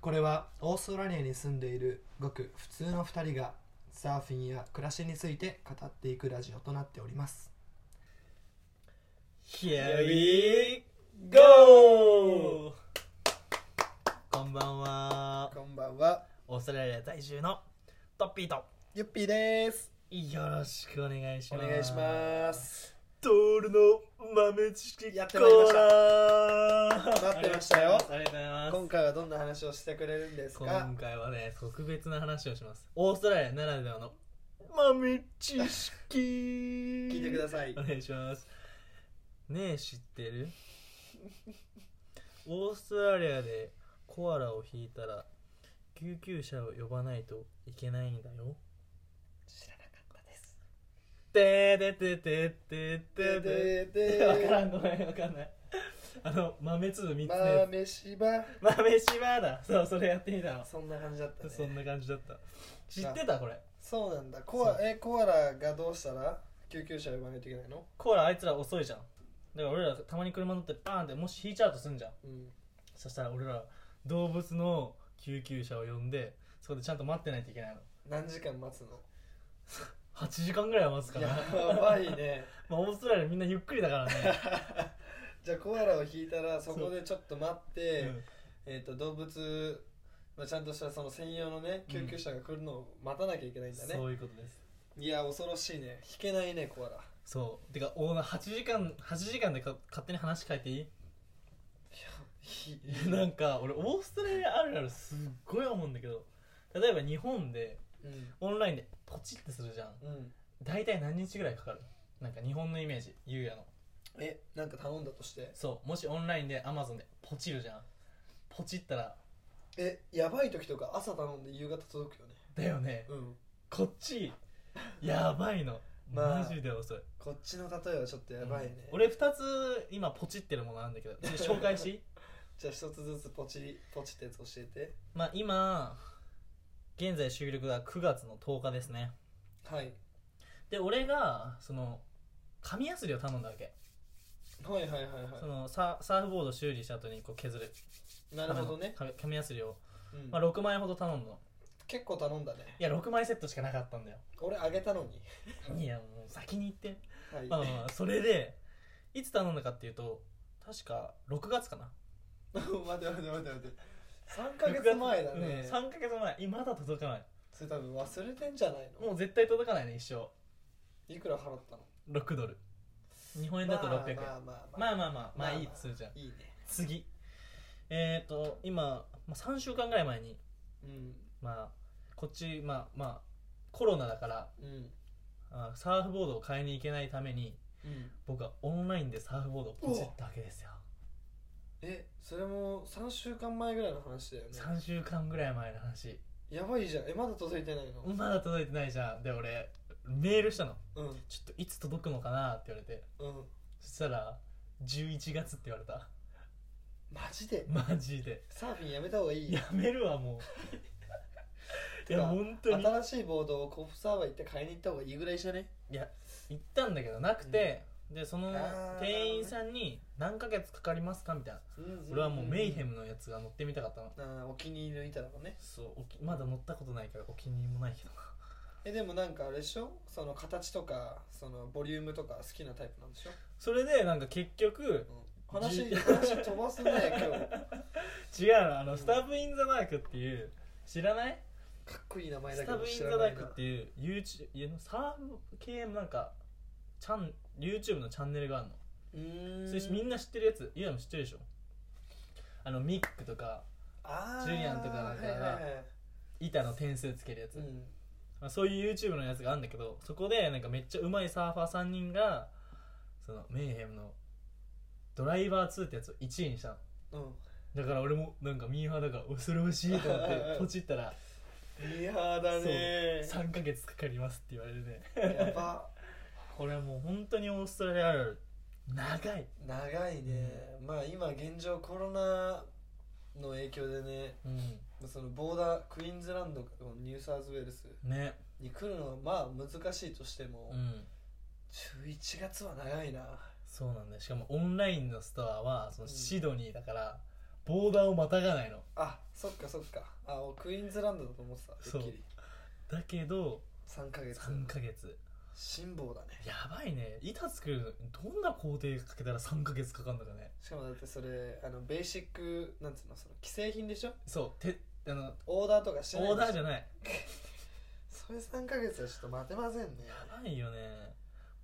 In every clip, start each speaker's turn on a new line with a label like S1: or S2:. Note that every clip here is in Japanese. S1: これはオーストラリアに住んでいるごく普通の2人がサーフィンや暮らしについて語っていくラジオとなっております
S2: Here we go! こんばんは。
S1: こんばんは
S2: オーストラリア在住のトッピーと
S1: ゆっぴーです
S2: よろしくお願いし
S1: お
S2: ます。
S1: 願いします
S2: トールの豆知識
S1: やってまいりました待ってましたよ
S2: ありがとうございます。
S1: 今回はどんな話をしてくれるんですか
S2: 今回はね、特別な話をします。オーストラリアならではの豆知識聞
S1: 聞いてください
S2: お願いしますねえ知ってる オーストラリアでコアラを引いたら救急車を呼ばないといけないんだよ
S1: 知らなかったです
S2: てーでててててて
S1: でで
S2: てわからんごめんわかんないあの豆粒3つのやつ
S1: 豆柴
S2: 豆島だそうそれやってみたの
S1: そんな感じだった
S2: そん
S1: ね
S2: な感じだった知ってたこれ
S1: そうなんだコア
S2: そう
S1: えコアラがどうしたら救急車呼ばないといけないの
S2: コアラあいつら遅いじゃんだから俺らたまに車乗ってバーンってもし引いちゃうとすんじゃん
S1: うん
S2: そしたら俺ら動物の救急車を呼んでそこでちゃんと待ってないといけないの
S1: 何時間待つの
S2: 8時間ぐらいは待つから
S1: や
S2: ま
S1: ばい ね
S2: あオーストラリアみんなゆっくりだ からね、
S1: じゃあコアラを引いたらそこでちょっと待って、
S2: うん
S1: えっと動物、まあ、ちゃんとしたその専用のね
S2: うん
S1: 救急車が来るのを待たなきゃいけないんだね、
S2: そういうことです
S1: いや恐ろしいね引けないねコアラ
S2: そうてかオーナー8時間8時間でか勝手に話書いていい
S1: ひ
S2: なんか俺オーストラリアあるあるすっごい思うんだけど例えば日本で
S1: うん
S2: オンラインでポチってするじゃん
S1: うん
S2: 大体何日ぐらいかかるなんか日本のイメージゆうやの
S1: えなんか頼んだとして
S2: そうもしオンラインでアマゾンでポチるじゃんポチったら
S1: えやばい時とか朝頼んで夕方届くよね
S2: だよね
S1: うん
S2: こっちやばいの、
S1: まあ
S2: マジで遅い
S1: こっちの例えはちょっとやばいね、
S2: うん俺2つ今ポチってるものある んだけどちょっと紹介し
S1: じゃあ一つずつポチリポチってやつ教えて
S2: まあ今現在収録が9月の10日ですね
S1: はい
S2: で俺がその紙やすりを頼んだわけ、
S1: はいはいはい
S2: そ
S1: は
S2: のササーフボード修理した後にこう削る
S1: いなるほどね、
S2: 紙の紙紙やすりを、
S1: うん
S2: まあ、6枚ほど頼んだの
S1: 結構頼んだね
S2: いや6枚セットしかなかったんだよ
S1: 俺あげたのに
S2: いやもう先に言って
S1: はい、
S2: まあまあまあそれでいつ頼んだかっていうと確か6月かな
S1: 待って待って待って待って3ヶ月前だね、
S2: うん、3ヶ月前今まだ届かない
S1: それ多分忘れてんじゃないの
S2: もう絶対届かないね一
S1: いくら払ったの
S2: 生6ドル日本円だと600円、
S1: まあまあまあ
S2: まあまあまあまあいい
S1: まあまあ
S2: するじゃん
S1: いいね
S2: 次えっ、ー、と今、まあ、3週間ぐらい前に
S1: うん
S2: まあこっちまあまあコロナだから
S1: うん
S2: あサーフボードを買いに行けないために
S1: うん
S2: 僕はオンラインでサーフボードをポチったわけですよ
S1: えそれも3週間前ぐらいの話だよね
S2: 3週間ぐらい前の話
S1: やばいじゃんえまだ届いてないの
S2: まだ届いてないじゃんで俺メールしたの
S1: うん
S2: ちょっといつ届くのかなって言われて
S1: うん
S2: そしたら11月って言われた
S1: マジで
S2: マジで
S1: サーフィンやめた方がいい
S2: やめるわもういや本当に
S1: 新しいボードをコップサーバー行って買いに行った方がいいぐらいじゃね
S2: いや行ったんだけどなくて、でその
S1: あー
S2: 店員さんに「何ヶ月かかりますか?」みたいな俺はもうメイヘムのやつが乗ってみたかったの
S1: ああお気に入りの板だもんね
S2: そうおきまだ乗ったことないからお気に入りもないけどな
S1: えでもなんかあれでしょその形とかそのボリュームとか好きなタイプなんでしょ、
S2: それでなんか結局
S1: うん、話
S2: じゅ
S1: 話飛ばすね今日
S2: 違うのあのスタブ・イン・ザ・ダークっていう知らない
S1: かっこいい名前だ
S2: ス
S1: け
S2: タ
S1: ど
S2: ブイン
S1: 知
S2: ザ
S1: ら
S2: ダ
S1: な
S2: イ
S1: い
S2: ク
S1: な
S2: っていう YouTube いやサーブ系のなんかチャン YouTube のチャンネルがあるの、
S1: うーん
S2: それみんな知ってるやついやも知ってるでしょあのミックとか
S1: あー
S2: ジュリアンとかなんかが
S1: はいはいはい
S2: 板の点数つけるやつ、
S1: うん
S2: まあ、そういう YouTube のやつがあるんだけどそこでなんかめっちゃうまいサーファー3人がそのメイヘムのドライバー2ってやつを1位にしたのだから俺もなんかミーハーだから恐ろしいと思って ポチったら
S1: うんいやーだね
S2: 3ヶ月かかりますって言われるね
S1: やば
S2: これはもう本当にオーストラリアあるある長い
S1: 長いねまあ今現状コロナの影響でね
S2: うん
S1: そのボーダークイーンズランドニューサーズウェールス
S2: ね
S1: に来るのはまあ難しいとしても、
S2: うん
S1: 11月は長いな
S2: そうなんだよしかもオンラインのストアはその
S1: うん
S2: シドニーだから、ボーダーをまたがないの
S1: あそっかそっかあおクイーンズランドだと思ってたてっきり
S2: だけど
S1: 3ヶ月
S2: 3ヶ月
S1: 辛抱だね
S2: やばいね板作るのにどんな工程かけたら3ヶ月かかるのかね
S1: しかもだってそれあのベーシックなんつうのその既製品でしょ
S2: そうてあの
S1: オーダーとかしてない
S2: オーダー
S1: じ
S2: じゃない
S1: それ3ヶ月はちょっと待てませんね
S2: やばいよね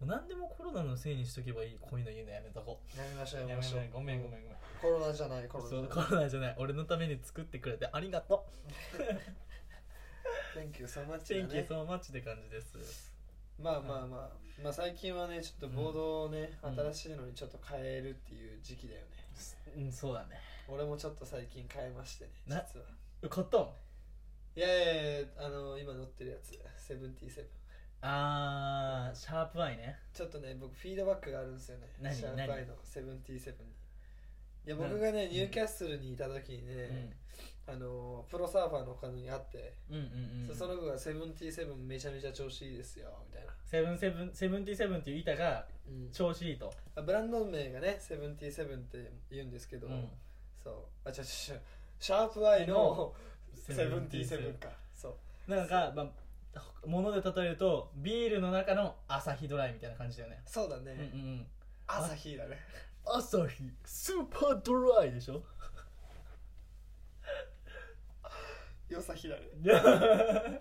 S2: もう何でもコロナのせいにしとけばいいこういうの言うのやめとこ
S1: やめましょう
S2: う
S1: や
S2: や
S1: めま
S2: めま
S1: し
S2: し
S1: ょ
S2: ょ
S1: う
S2: うごめんごめんごめん
S1: コロナじゃないコロナじゃ
S2: そう
S1: ない
S2: コロナじゃない俺のために作ってくれてありがと
S1: Thank you so
S2: う
S1: much
S2: チェン
S1: だ
S2: キー
S1: ね
S2: ソーマッチって感じです
S1: まあまあまあまあ最近はねちょっとボードをね
S2: うん
S1: 新しいのにちょっと変えるっていう時期だよね
S2: うんそうだね
S1: 俺もちょっと最近変えましてね
S2: な
S1: 実は
S2: え買ったの
S1: いやいやいやあの今乗ってるやつセブンティセブン
S2: あーシャープアイね
S1: ちょっとね僕フィードバックがあるんですよね
S2: 何
S1: シャープアイのセブンティセブンにいや僕がね
S2: うん
S1: ニューキャッスルにいた時に
S2: うん
S1: ね、あのプロサーファーの彼女に会って、
S2: うんうんう
S1: そ
S2: ん
S1: その子が「セブンティセブンめちゃめちゃ調子いいですよ」みたいな、
S2: セブンセブンセブンティセブンっていう板が調子いいと、
S1: あブランド名がね「セブンティセブンって言うんですけど、
S2: うん
S1: そうあちょちょちょシャープアイのセブンティセブン
S2: 77
S1: かそう
S2: なんか、まあ、物で例えるとビールの中の朝日ドライみたいな感じだよね
S1: そうだ
S2: うんうんう
S1: ね、
S2: ん
S1: 朝日だね
S2: 朝日スーパードライでしょ
S1: よさひだね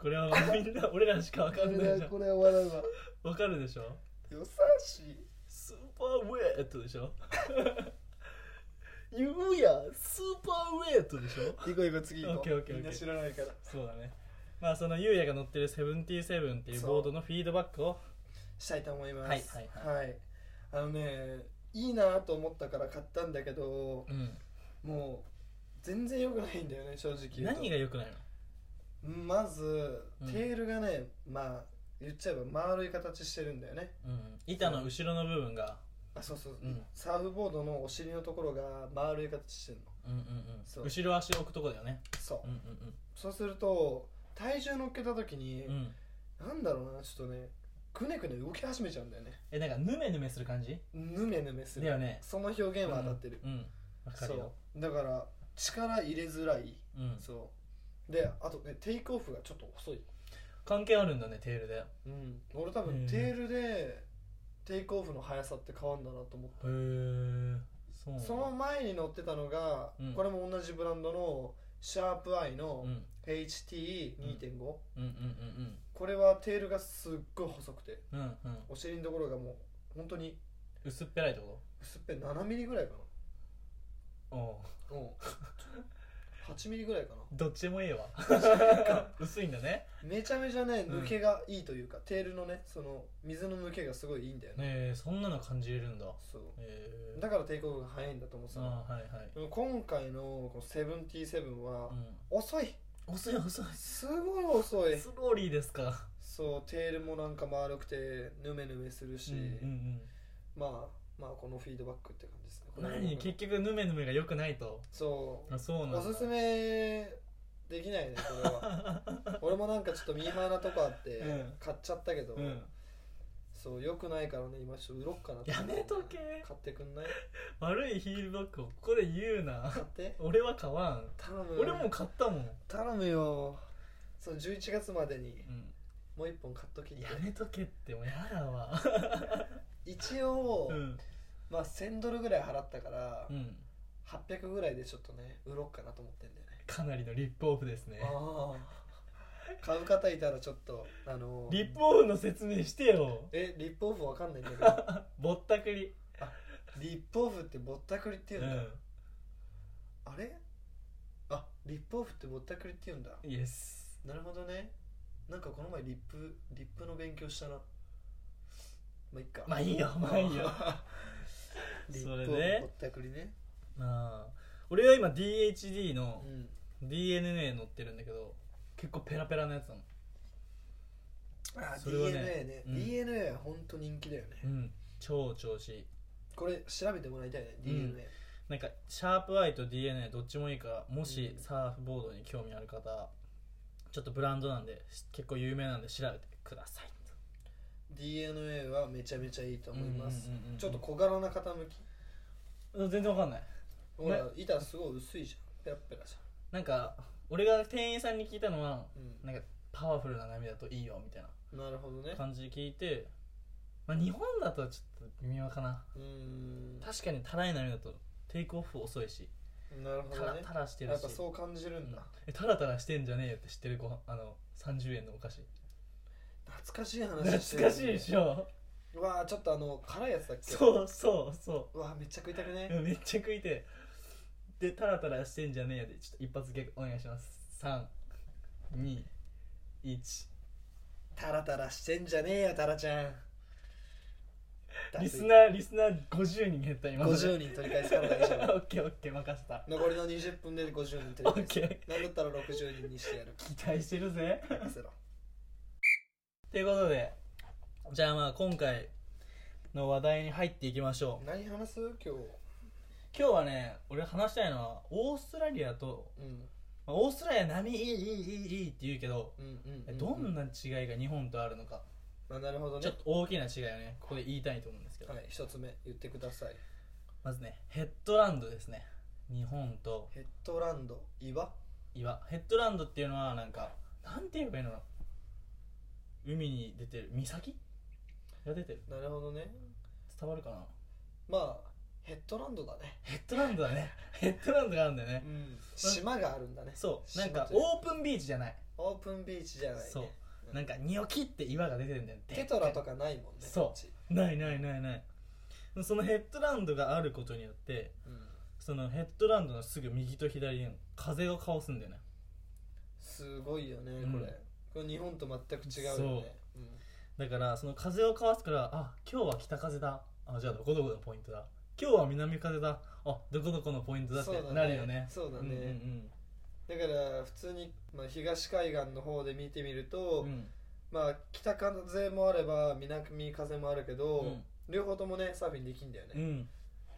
S2: これはみん な俺らしかわかんないじゃん
S1: これは笑うわ
S2: わかるでしょ
S1: よさし
S2: スーパーウェットでしょ 言うやんスーパーウェットでしょ
S1: 行こう行こう次行こ
S2: オッケーオ
S1: う
S2: ッケー
S1: み
S2: オッケー
S1: んな知らないから
S2: そうだねまあそのゆうやが乗ってるセブンティセブンっていうボードのフィードバックを
S1: したいと思います
S2: はいはい
S1: はいあのねいいなと思ったから買ったんだけど
S2: うん
S1: もう全然良くないんだよね正直言うと
S2: 何が良くないの
S1: まず
S2: うん
S1: テールがね、まあ言っちゃえば丸い形してるんだよね
S2: うん板の後ろの部分が
S1: あそうそう、
S2: うん
S1: サーフボードのお尻のところが丸い形してるの
S2: うんうん
S1: そううん
S2: 後ろ足置くとこだよね
S1: そう、
S2: うん
S1: そうすると体重乗っけた時に
S2: うんう、んうん
S1: なんだろうなちょっとねくねくね動き始めちゃうんだよね
S2: えなんかヌメヌメする感じ
S1: ぬめぬめす
S2: だ
S1: る
S2: よね
S1: その表現は当たってる、
S2: うんうんわか
S1: そ
S2: るよ
S1: うだから力入れづらい、
S2: うん
S1: そうであとねテイクオフがちょっと遅い、
S2: 関係あるんだねテールでへ
S1: うん、俺多
S2: へ
S1: 分
S2: え
S1: テールでテイクオフの速さって変わるんだなと思って
S2: えそうなんだ
S1: その前に乗ってたのが、
S2: うん
S1: これも同じブランドのシャープアイの
S2: うん
S1: HT2.5、
S2: うんうん
S1: これはテールがすっごい細くて
S2: うんうんうんうん
S1: お尻のところがもう本当に
S2: 薄っぺらいってこ
S1: 薄っぺ7ミリぐらいか
S2: とおう
S1: なうん8ミリぐらいかな
S2: どっちでもいい わ薄いんだね
S1: めちゃめちゃね
S2: うん
S1: 抜けがいいというか、テールのねその水の抜けがすごいいいんだよね
S2: ねえそんなの感じれるんだ
S1: そう
S2: へえ
S1: だからテイクオフが早いんだと思ってたの
S2: ああはいはい
S1: でも今回のこのセブンティセブンは、
S2: う
S1: 遅い
S2: ん遅い遅い
S1: すごい遅い
S2: スローリーですか
S1: そうテールもなんか丸くてヌメヌメするし、
S2: うん
S1: まあまあこのフィードバックって感じですね
S2: う
S1: こ
S2: ん
S1: れ
S2: 何結局ヌメヌメが良くないと
S1: そう
S2: あそうなんだ
S1: おすすめできないねこれは俺もなんかちょっとミーハーなとこあって
S2: うん
S1: 買っちゃったけど、
S2: うん
S1: そうよくないからね今ちょっと売ろっかなと
S2: や
S1: 思って
S2: めとけ
S1: 買ってくんない
S2: 悪いヒールバックをここで言うな
S1: 買 って
S2: 俺は買わん
S1: 頼むよ
S2: 俺も買ったもん、
S1: 頼むよそう11月までに
S2: う
S1: もう一本買っときっ
S2: ん、
S1: て
S2: やめとけってもうやだわ
S1: 一応、
S2: うん
S1: まあ1000ドルぐらい払ったから、
S2: うん
S1: 800ぐらいでちょっとね売ろうかなと思ってんだよね
S2: かなりのリップオフですね
S1: ああ買う方いたらちょっとあの
S2: リップオフの説明してよ
S1: えリップオフわかんないんだけ ど
S2: ぼったくり
S1: リップオフってぼったくりって
S2: う
S1: 言うんだ、
S2: ん
S1: あれあリップオフってぼったくりって言うんだ
S2: イエス
S1: なるほどねなんかこの前リップリップの勉強したなまあいっか
S2: まあいいよまあい いよ
S1: リッ
S2: それ
S1: プオフぼ
S2: で
S1: ったくりね
S2: まあ俺は今 DHD
S1: う
S2: の
S1: ん
S2: DNA 乗ってるんだけど結構ペラペラなやつなの
S1: あ
S2: それは
S1: DNA
S2: ね
S1: ね、
S2: うん
S1: DNA は本当人気だよね、
S2: うん超調子いい
S1: これ調べてもらいたいね
S2: うん
S1: DNA、
S2: なんかシャープアイと DNA どっちもいいからもし
S1: うん
S2: サーフボードに興味ある方ちょっとブランドなんでし結構有名なんで調べてください
S1: DNA はめちゃめちゃいいと思います、
S2: うんうんうんうん
S1: ちょっと小柄な傾き
S2: うん全然わかんない
S1: ほら板すごい薄いじゃんペラッペラじ
S2: なんか俺が店員さんに聞いたのは
S1: ゃん、
S2: なんかパワフルな波だといいよみたい
S1: うん、なるほどね
S2: な感じで聞いて、まあ、日本だとちょっと微妙かな
S1: うーん
S2: 確かにたらい波だとテイクオフ遅いし
S1: なるほ
S2: た
S1: ど
S2: ら
S1: ね
S2: たらして
S1: や
S2: る
S1: っ
S2: し
S1: ぱそう感じるんだ、
S2: えタラタラしてんじゃねえよって知ってるご飯あの30円のお菓子
S1: 懐かしい話してる
S2: 懐かしいでしょ
S1: うわーちょっとあの辛いやつだっけ
S2: そうそうそう
S1: わーめっちゃ食いたくね
S2: う、んめっちゃ食いてえでタラタラしてんじゃねえよでちょっと一発ギャグお願いします321
S1: タラタラしてんじゃねえよタラちゃん
S2: リスナーリスナー50人減った今まで
S1: 50人取り返すから大丈夫
S2: オッケーオッケー任せた
S1: 残りの20分で50人取
S2: オ
S1: り返
S2: ッ
S1: す
S2: ケー
S1: なんだったら60人にしてや る
S2: 期待してるぜ
S1: 任せろ
S2: ということでじゃあまあ今回の話題に入っていきましょう
S1: 何話す今日
S2: 今日はね俺話したいのはオーストラリアと
S1: うん
S2: まあオーストラリア波いいいいいいいいって言うけど、
S1: うんうんう
S2: え
S1: ん
S2: どんな違いが日本とあるのか、
S1: まあなるほど
S2: ちょ
S1: ね
S2: っと大きな違いをねここで言いたいと思うんですけど、
S1: はい一つ目言ってください
S2: まずねヘッドランドですね日本と
S1: ヘッドランド岩
S2: 岩ヘッドランドっていうのはなんかなんて言えばいいのかな海に出てる岬が出てる
S1: なるほどね
S2: 伝わるかな
S1: まあヘッドランドだね
S2: ヘッドランド だねヘッドランドがあるんだよね、
S1: うん島があるんだね
S2: そうなんか
S1: 島という
S2: オープンビーチじゃない
S1: オープンビーチじゃないね
S2: そう
S1: うん
S2: なんかニョキって岩が出てるんだよ
S1: テトラ
S2: か
S1: とかないもんね
S2: そう
S1: こっち
S2: ないないないないそのヘッドランドがあることによって
S1: うん
S2: そのヘッドランドのすぐ右と左に風をかわすんだよね
S1: すごいよね
S2: うん
S1: これこれ日本と全く違うよねうん
S2: だからその風をかわすからあ今日は北風だあじゃあどこどこのポイントだ今日は南風だあどこどこのポイントだって
S1: そうだね
S2: なるよね
S1: そうだね
S2: んうん
S1: だから普通にまあ東海岸の方で見てみると
S2: うんうん
S1: まあ北風もあれば南風もあるけ
S2: う
S1: ど
S2: ん
S1: 両方ともねサーフィンできんだよ
S2: う
S1: ね
S2: ん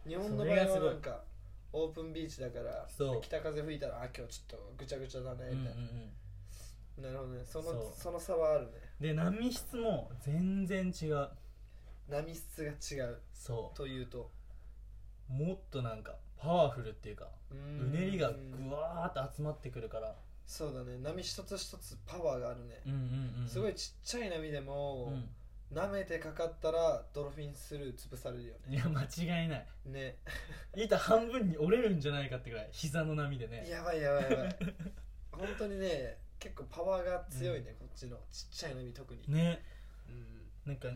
S1: 日本の場
S2: そ
S1: 合
S2: れがすご
S1: はいなんかオープンビーチだから
S2: そう
S1: 北風吹いたらあ今日ちょっとぐちゃぐちゃだね
S2: うんう
S1: み
S2: ん
S1: たいななるほどねそ
S2: そ
S1: の
S2: う
S1: その差はあるね
S2: で波質も全然違う
S1: 波質が違う
S2: そ
S1: というと
S2: うもっとなんかパワフルっていうか
S1: う
S2: うんねりがぐわーって集まってくるから
S1: そうだね波一つ一つパワーがあるね
S2: うんうんうん
S1: すごいちっちゃい波で
S2: う
S1: も
S2: ん
S1: 舐めてかかったらドルフィンスルー潰されるよ
S2: いや間違いない
S1: ね
S2: 板半分に折れるんじゃないかってぐらい膝の波で
S1: ね
S2: ね
S1: やばいやばいやば い本当にね結構パワーが強いね、こっちのちっちゃい波特に、
S2: ね
S1: うん
S2: なんか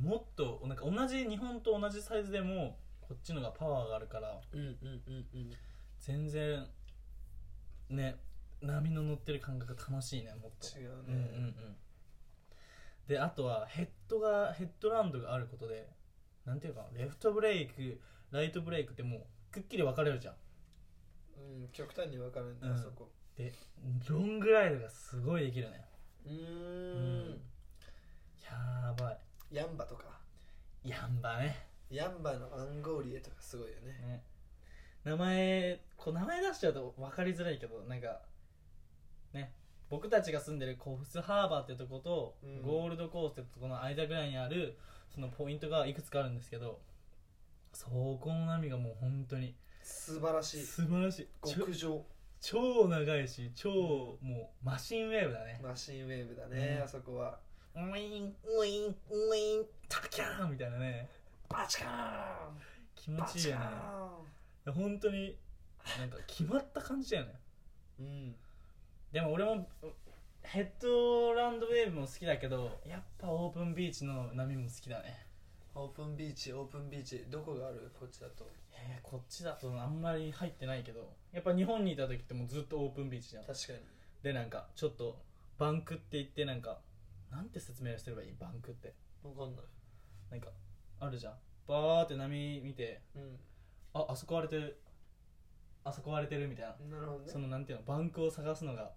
S2: もっとなんか同じ日本と同じサイズでもこっちのがパワーがあるから
S1: うんうんうんうん
S2: 全然ね波の乗ってる感覚楽しいねもっと
S1: 違うね、
S2: うんうんうんであとはヘッドがヘッドランドがあることでなんていうかなレフトブレイクライトブレイクってもうくっきり分かれるじゃん
S1: うん極端に分かるんだ、
S2: うん
S1: あそこ
S2: でロングライドがすごいできるね
S1: うーん
S2: うんやばい
S1: ヤンバとか
S2: やんばね
S1: ヤンバのアンゴーリエとかすごいよね
S2: ね名前こう名前出しちゃうと分かりづらいけどなんかね僕たちが住んでるコフスハーバーってとこと、
S1: うん
S2: ゴールドコーストってとこの間ぐらいにあるそのポイントがいくつかあるんですけどそこの波がもう本当に
S1: 素晴らしい
S2: 素晴らしいちょ
S1: 極上
S2: 超長いし超もうマシンウェーブだね
S1: マシンウェーブだね
S2: ね
S1: あそこは
S2: ウィーンウィーンウィーンタキャーンみたいなね
S1: バチカー
S2: 気
S1: ン
S2: 持
S1: バ
S2: ちいい
S1: チ
S2: よ
S1: カ
S2: ね
S1: ー
S2: 本当になんか決まった感じだよね
S1: ンうん
S2: でも俺もうヘッドランドウェーブも好きだけどやっぱオープンビーチの波も好きだね
S1: オープンビーチオープンビーチどこがあるこっちだと
S2: えー、こっちだとあんまり入ってないけどやっぱ日本にいた時ってもうずっとオープンビーチじゃん
S1: 確かに
S2: でなんかちょっとバンクって言ってなんかなんて説明すればいいバンクって
S1: 分かんない
S2: なんかあるじゃんバーって波見て
S1: うん
S2: ああそこ割れてるあそこ割れてるみたいな
S1: なるほど
S2: そ
S1: ね
S2: のなんていうのバンクを探すのが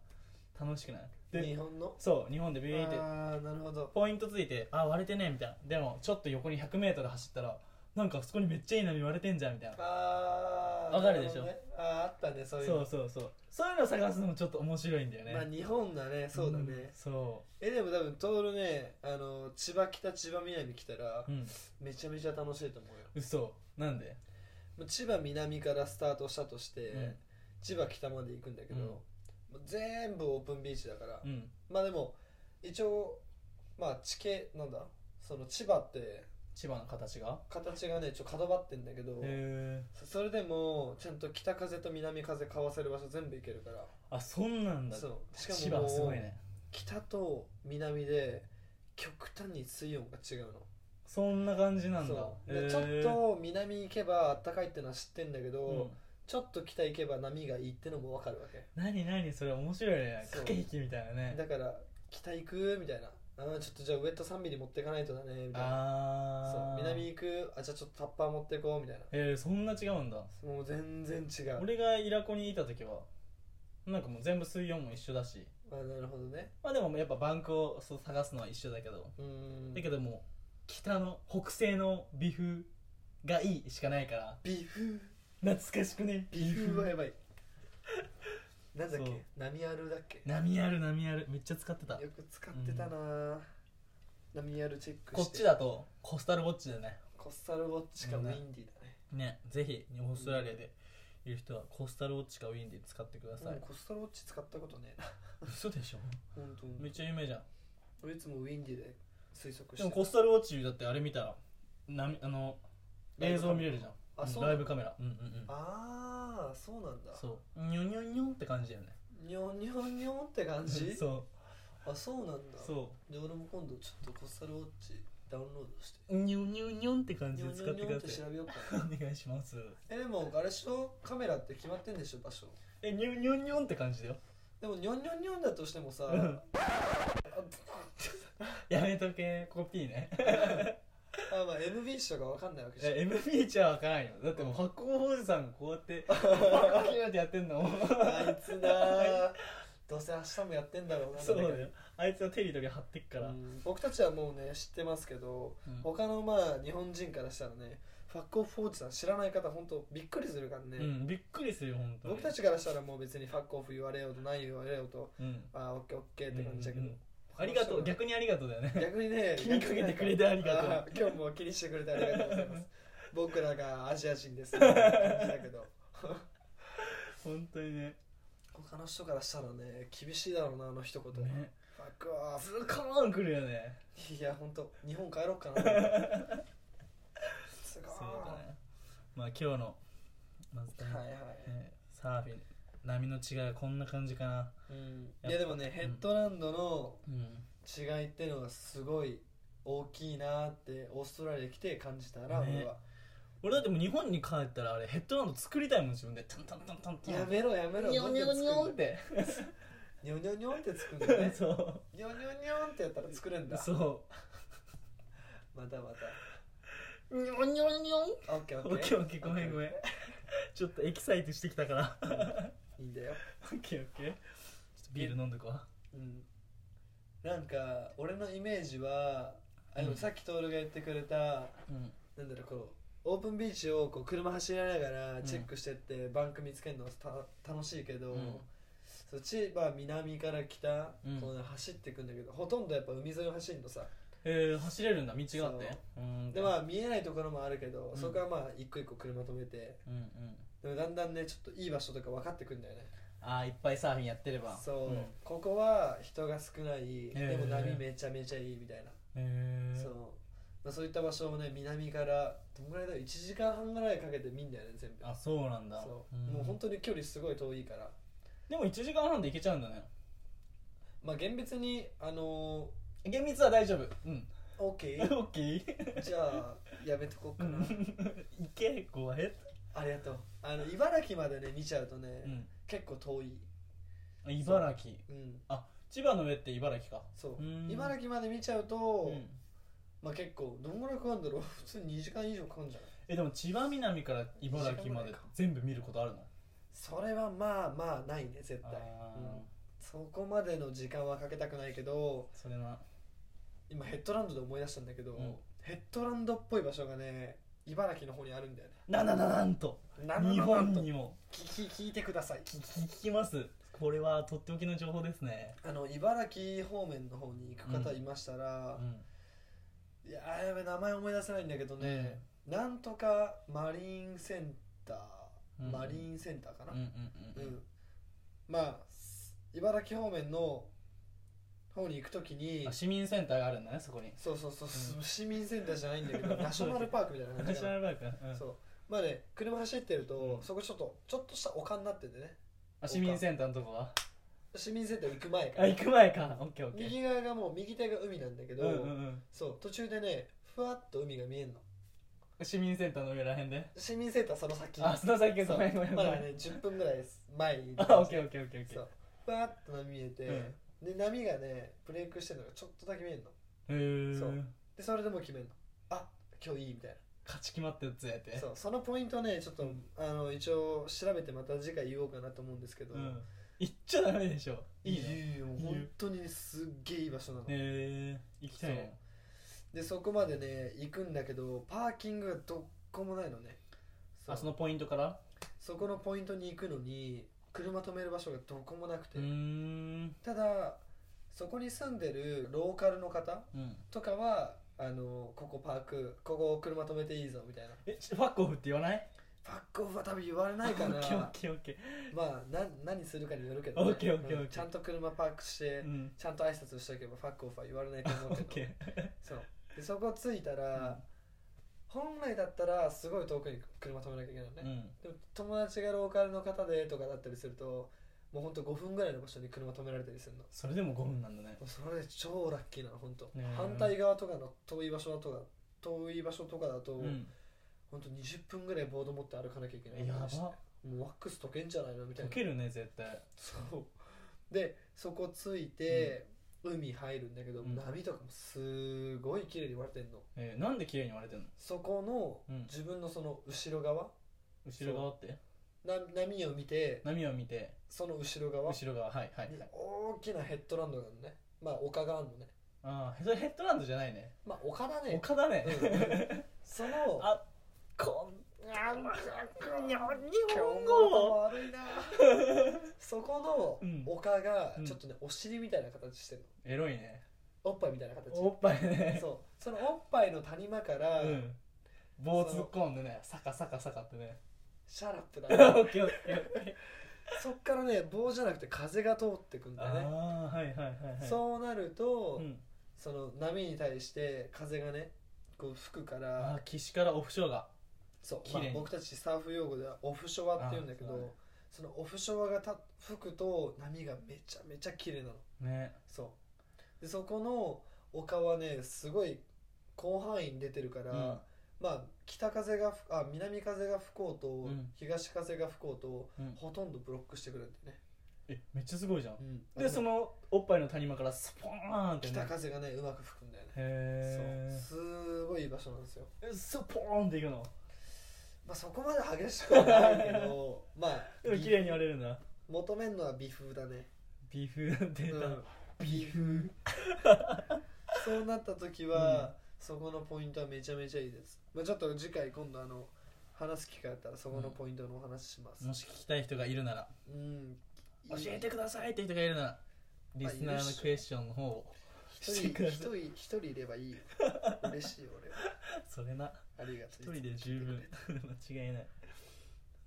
S2: 楽しくない
S1: 日
S2: で
S1: 本の
S2: そう日本でビーって
S1: ああなるほど
S2: ポイントついてあ割れてねみたいなでもちょっと横に 100m 走ったらなんかあそこにめっちゃいい波割れてんじゃんみたいな
S1: ああ
S2: わかるでしょ
S1: あああったねそういう
S2: そ
S1: の
S2: うそうそうそういうの探すのもちょっと面白いんだよね、
S1: まあ日本だねそうだね、
S2: んそ
S1: えでも多分トールねあの千葉北千葉南来たら
S2: ううん
S1: めちゃめちゃ楽しいと思うよ
S2: 嘘なんで
S1: 千葉南からスタートしたとして、
S2: うん
S1: 千葉北まで行くんだけど、
S2: うん
S1: もう全部オープンビーチだから、
S2: うん
S1: まあでも一応まあ地形なんだその千葉って
S2: 千葉の形が
S1: 形がねちょっと角張ってんだけど
S2: へえ
S1: そそれでもちゃんと北風と南風かわせる場所全部行けるから
S2: あそんなんだ
S1: そうし
S2: 千
S1: かもも
S2: 葉
S1: う
S2: すごいね
S1: 北と南で極端に水温が違うの
S2: そんな感じなんだ
S1: そうでちょっと南行けば暖かいってのは知ってんだけど、
S2: と
S1: ちょっと北行けば波がいいってのも分かるわけ
S2: 何何それ面白いね
S1: そう
S2: 駆け引きみたいなね
S1: だから北行くみたいなあーちょっとじゃあウエット3ミリ持ってかないとだねみたいな
S2: ああ
S1: そう南行くあじゃあちょっとタッパー持ってこうみたいな
S2: えー、そんな違うんだ
S1: もう全然違う
S2: 俺がイラコにいた時はなんかもう全部水温も一緒だし
S1: あなるほどね
S2: まあでもやっぱバンクをそう探すのは一緒だけど
S1: うーん
S2: だけどもう北の北西の微風がいいしかないから
S1: 微風
S2: 懐かしくね
S1: 微風はやば いなんだっ
S2: そ
S1: け
S2: う
S1: 波あるだっけ
S2: 波ある波あるめっちゃ使ってた
S1: よく使ってたなぁ、波あるチェックして
S2: こっちだとコスタルボッチだね
S1: コスタルウォッチかウ
S2: うん
S1: ィ
S2: ね
S1: ンディだね
S2: ねぜひオーストラリアでいる人はコスタルウォッチかウィンディ使ってくださ
S1: もう
S2: い
S1: コスタルウォッチ使ったことねえな
S2: 嘘でしょ
S1: 本当
S2: めっ
S1: に
S2: ちゃ有名じゃん
S1: 俺いつもウィンディで推測して
S2: でもコスタルウォッチだってあれ見たらなみあの
S1: ライブ
S2: 映像見れるじゃん
S1: あ
S2: うん
S1: そうなの
S2: ライブカメラうんうんうん
S1: ああそうなんだ
S2: そうニョンニョンニョンって感じだよね
S1: にょんにょんにょんって感じ
S2: そ
S1: あそうなん
S2: う
S1: だ
S2: そ
S1: じゃあ俺も今度ちょっとコスタルウォッチダウンロードして
S2: うニョンニョンニョンって感
S1: に
S2: じ
S1: ょ
S2: で
S1: んに
S2: 使
S1: ょ
S2: っ
S1: んに
S2: て
S1: ょん
S2: く
S1: って
S2: ださい
S1: 調べようか
S2: お願いします
S1: えでもあれしょカメラって決まってんでしょ場所
S2: えニョンニョンニョンって感じだよ
S1: でもにょんにょんにょんだとしてもさ
S2: うん
S1: あ
S2: やめとけコピーね
S1: あまあ MB とかわかんないわけじゃん
S2: え MB ちゃわからんよだってもう発酵おじさんこうやって パッキューってやって んのも
S1: あいつなあどうせ明日もやってんだろうな
S2: そうだ
S1: 誰か
S2: よあいつはテリーとか貼ってっから、
S1: うん僕たちはもうね知ってますけど
S2: うん
S1: 他のまあ日本人からしたらねファッコーフォージさん知らない方本当びっくりするからね、
S2: うんびっくりするよ本当に
S1: 僕たちからしたらもう別にファックオフ言われようと何言われようと
S2: うん
S1: あーオッケーオッケーって感じだけど、
S2: うんうんありがとう逆にありがとうだよね
S1: 逆にね
S2: 気にかけてくれてありがとう
S1: あー今日も気にしてくれてありがとうございます僕らがアジア人です みたいな感じだけど
S2: 本当にね
S1: 他の人からしたらね厳しいだろうなあの一言、
S2: ね
S1: ファックオ
S2: ズカーンくるよね
S1: フいや本当日本帰ろうか なすごい
S2: そうだねまあ今日のまずね、
S1: はいはい、
S2: ねサーフィン波の違いはこんな感じかな
S1: うん、いやでもねヘッドランドの
S2: うん
S1: 違いってのがすごい大きいなってオーストラリア来て感じたな、
S2: ね
S1: 俺は
S2: 俺だってもう日本に帰ったらあれヘッドランド作りたいもん自分でタンタンタンタンタン
S1: やめろやめろ
S2: ニョンニョンニョンって
S1: ニョンニョンニョンって作るんだね
S2: そう
S1: ニョンニョンニョンってやったら作るんだ
S2: そ
S1: またま
S2: うニョンニョンニョン
S1: たオッケー
S2: オッケーオッケーごめんごめ
S1: ん
S2: んちょっとエキサイトしてきた から
S1: いいんだよ
S2: オッケーオッケーちょっとビール飲んでこう
S1: うんなんか俺のイメージはあで
S2: う
S1: も
S2: ん
S1: さっきトールが言ってくれた、
S2: うん
S1: なんだろうこうオープンビーチをこう車走りながらチェックしてって、バンク見つけるのた楽しいけど、
S2: うん
S1: そう千葉南から北、
S2: うん
S1: こうね走っていくんだけどほとんどやっぱ海沿いを走るのさ
S2: えー、走れるんだ道があって
S1: そう
S2: うーん
S1: でまあ見えないところもあるけど、
S2: うん
S1: そこはまあ一個一個車止めて
S2: うんうん
S1: でもだんだんねちょっといい場所とか分かってくんだよね
S2: あーいっぱいサーフィンやってれば
S1: そう、
S2: ん
S1: ここは人が少ない、
S2: え
S1: でも波
S2: え
S1: めちゃめちゃいいみたいな、
S2: へえ
S1: そう、まあ、そういった場所をね南からどんぐらいだろう1時間半ぐらいかけて見んだよね全部
S2: あそうなんだ
S1: そう、
S2: ん
S1: もう本当に距離すごい遠いから
S2: でも1時間半で行けちゃうんだね
S1: まあ厳密にあの
S2: 厳密は大丈夫うん
S1: ー、OK
S2: オッケー
S1: じゃあやめとこう
S2: う
S1: か
S2: ん
S1: な、
S2: 行け怖い
S1: ありがとうあの茨城までね見ちゃうとね、
S2: うん
S1: 結構遠い
S2: 茨城
S1: うん
S2: あ千葉の上って茨城か
S1: そう
S2: うーん
S1: 茨城まで見ちゃうと、
S2: うん
S1: まあ結構どんぐらいかかるんだろう普通に2時間以上かかるんじゃない
S2: えでも千葉南から茨城まで全部見ることあるの
S1: それはまあまあないね絶対、
S2: あー
S1: うんそこまでの時間はかけたくないけど
S2: それな
S1: 今ヘッドランドで思い出したんだけど、
S2: うん
S1: ヘッドランドっぽい場所がね茨城の方にあるんだよね
S2: ななななんと
S1: な
S2: 日本
S1: と
S2: にも
S1: 聞き聞いてください
S2: 聞き聞きますこれはとっておきの情報ですね
S1: あの茨城方面の方に行く方いましたら
S2: う、ん
S1: いやーやべ名前思い出せないんだけどね、なんとかマリンセンターマリンセンターかな、
S2: うんうん
S1: う
S2: うんん
S1: まあ茨城方面の方に行くときに
S2: あ市民センターがあるんだねそこに
S1: そうそうそう、
S2: うん
S1: 市民センターじゃないんだけどナショナルパークみたいな
S2: ナ
S1: 感じ
S2: ショ
S1: かな
S2: ナルパークかうん
S1: そうまあね車走ってると、
S2: うん
S1: そこちょっとちょっとした丘になっててね
S2: あ市民センターのとこは
S1: 市民センター行く前か
S2: あ
S1: ら
S2: 行く前かオッケーオッケー
S1: 右側がもう右手が海なんだけど、
S2: うんうん
S1: そう途中でねふわっと海が見えるの
S2: うん市民センターの上らへんで
S1: 市民センターその先
S2: あその先
S1: そ
S2: ご
S1: う
S2: めんごめんご
S1: ま
S2: め
S1: だ
S2: ん
S1: ね10分ぐらいです前に
S2: あオッケーオッケーオッケーオッケ
S1: そ
S2: ーへ
S1: うふわっと波見えて、で波がねブレイクしてるのがちょっとだけ見えるの
S2: え
S1: そうでそれでもう決めるのあ今日いいみたい
S2: 勝ち決まったやつやて
S1: なそうそのポイントねちょっと、
S2: うん
S1: あの一応調べてまた次回言おうかなと思うんですけど、
S2: うん行っちゃダメでしょいいね
S1: いいよ本当にすっげえいい場所なの、
S2: へえ行きたいね
S1: でそこまでね行くんだけどパーキングがどっこもないのねそう
S2: あそのポイントから
S1: そこのポイントに行くのに車止める場所がどこもなくて、
S2: うーん
S1: ただそこに住んでるローカルの方
S2: うん
S1: とかはあのここパークここ車止めていいぞみたいな
S2: えちファックオフって言わない
S1: パックオフは多分言われないか
S2: オ
S1: な
S2: ッケーオッケーオッケ
S1: まあな何するかによるけど、
S2: オッケーオッケーオッケー
S1: うんちゃんと車パークして、
S2: ーうん
S1: ちゃんと挨拶しとけばファックオフは言われないと
S2: オ
S1: 思うけ
S2: ッ
S1: ど
S2: ケー
S1: そうでそこ着いたら、本来だったらすごい遠くに車止めなきゃいけないのね、
S2: う
S1: で
S2: ん
S1: も友達がローカルの方でとかだったりするともうほんと5分ぐらいの場所に車止められたりするのも
S2: それでも5分なんだね
S1: うそれで超ラッキーなのほんと
S2: ねえ
S1: 反対側とかの遠い場所とか遠い場所とかだと、
S2: うん
S1: ほんと20分ぐらいボード持って歩かなきゃいけない
S2: やば
S1: もうワックス溶けんじゃないのみたい
S2: 溶
S1: な
S2: けるね絶対
S1: そうでそこ着いて、海入るんだけど、
S2: うん
S1: 波とかもすごい綺麗に割れてんの
S2: えーなんで綺麗に割れてんの
S1: そこの、
S2: うん
S1: 自分のその後ろ側
S2: 後ろ側って
S1: な波を見て
S2: 波を見て
S1: その後ろ側
S2: 後ろ側はいはい
S1: に
S2: はい
S1: 大きなヘッドランドがあるのねまあ丘があるのね
S2: ああそれヘッドランドじゃないね
S1: まあ丘だね
S2: 丘だね
S1: うその
S2: あこん
S1: 日
S2: 日本語
S1: 悪いなそこ
S2: うん
S1: の丘が
S2: うん
S1: ちょっとね、お尻みたいな形してるの
S2: エロいね
S1: おっぱいみたいな形
S2: おっぱいね
S1: そうそのおっぱいの谷間から、
S2: うん棒突っ込んでねサカサカサカってね
S1: シャラップ
S2: オ
S1: だね
S2: ッケーオッケーオッケー
S1: そっからね棒じゃなくて風が通ってくんだね
S2: ああはいはいはいはい
S1: そうなると、
S2: うん
S1: その波に対して風がねこう吹くか
S2: あ
S1: ら
S2: ー岸からオフショーが
S1: そう、
S2: 綺
S1: まあ
S2: 麗に、
S1: 僕たちサーフ用語ではオフショアって言うんだけ
S2: あそう
S1: ど
S2: だね
S1: そのオフショアがた吹くと波がめちゃめちゃ綺麗なの
S2: ね
S1: そうでそこの丘はねすごい広範囲に出てるから、
S2: うん
S1: まあ北風が吹あ南風が吹こうと、
S2: うん
S1: 東風が吹こうと、
S2: うん
S1: ほとんどブロックしてくるんだよね、
S2: えめっちゃすごいじゃん
S1: うん
S2: でそのおっぱいの谷間からスポーンって
S1: 北
S2: ね
S1: 風がねうまく吹くんだよね
S2: へ
S1: そうすごいいい場所なんですよ、
S2: えスポーンっていくの
S1: まあ、そこまで激しくはないけ どまあ
S2: でも
S1: 美
S2: 綺麗に割れるな
S1: 求めるのは美風だね、
S2: ビフデ
S1: う
S2: ー
S1: ん、
S2: タ、ビフ
S1: そうなった時は、そこのポイントはめちゃめちゃいいです、まあ、ちょっと次回今度あの話す機会あったらそこのポイントのお話しします
S2: もし聞きたい人がいるなら
S1: うん、
S2: 教えてくださいって人がいるならリスナーのクエスチョンの方を
S1: 一
S2: して
S1: 人
S2: くだ
S1: 一
S2: さい
S1: 人一人いればいいよ嬉しいよ俺は
S2: それな
S1: ありがと
S2: 一
S1: う
S2: 人で十分 間違いな い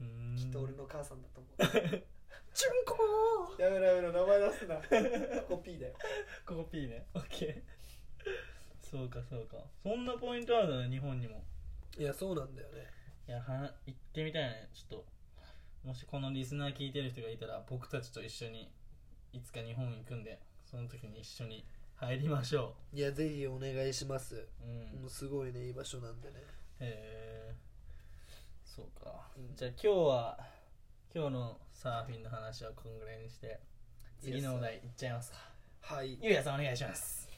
S2: うーん
S1: きっと俺の母さんだと思
S2: チュンコ
S1: うやめろやめろ名前出すなコピーだよ
S2: ーここ P ねオッケーそうかそうかそんなポイントあるんだね日本にも
S1: いやそうなんだよね
S2: いやは行ってみたいねちょっともしこのリスナー聞いてる人がいたら僕たちと一緒にいつか日本行くんでその時に一緒に入りましょ
S1: いやぜひお願いします、
S2: ううん
S1: もうすごいねいい場所なんでね
S2: へえそうか、
S1: うん
S2: じゃあ今日は今日のサーフィンの話はこんぐらいにして次のお題いっちゃいますか
S1: はい
S2: ゆうやさんお願いします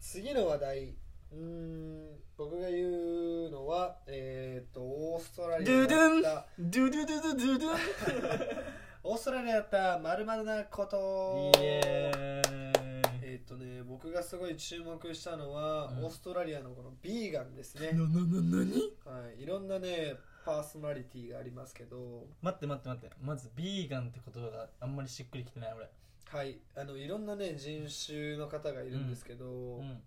S1: 次の話題うーん僕が言うのはえっ、とオーストラリアでやった
S2: ドゥドゥドゥドゥドゥドゥ
S1: オーストラリアだったまるまるなこと
S2: イエーイ
S1: えっ、とね僕がすごい注目したのは、
S2: うん
S1: オーストラリアのこのビーガンですね
S2: な、なななに
S1: はい、いろんなねパーソナリティがありますけど
S2: 待って待って待ってまずビーガンって言葉があんまりしっくりきてない俺
S1: はいあのいろんなね人種の方がいるんですけど、
S2: うん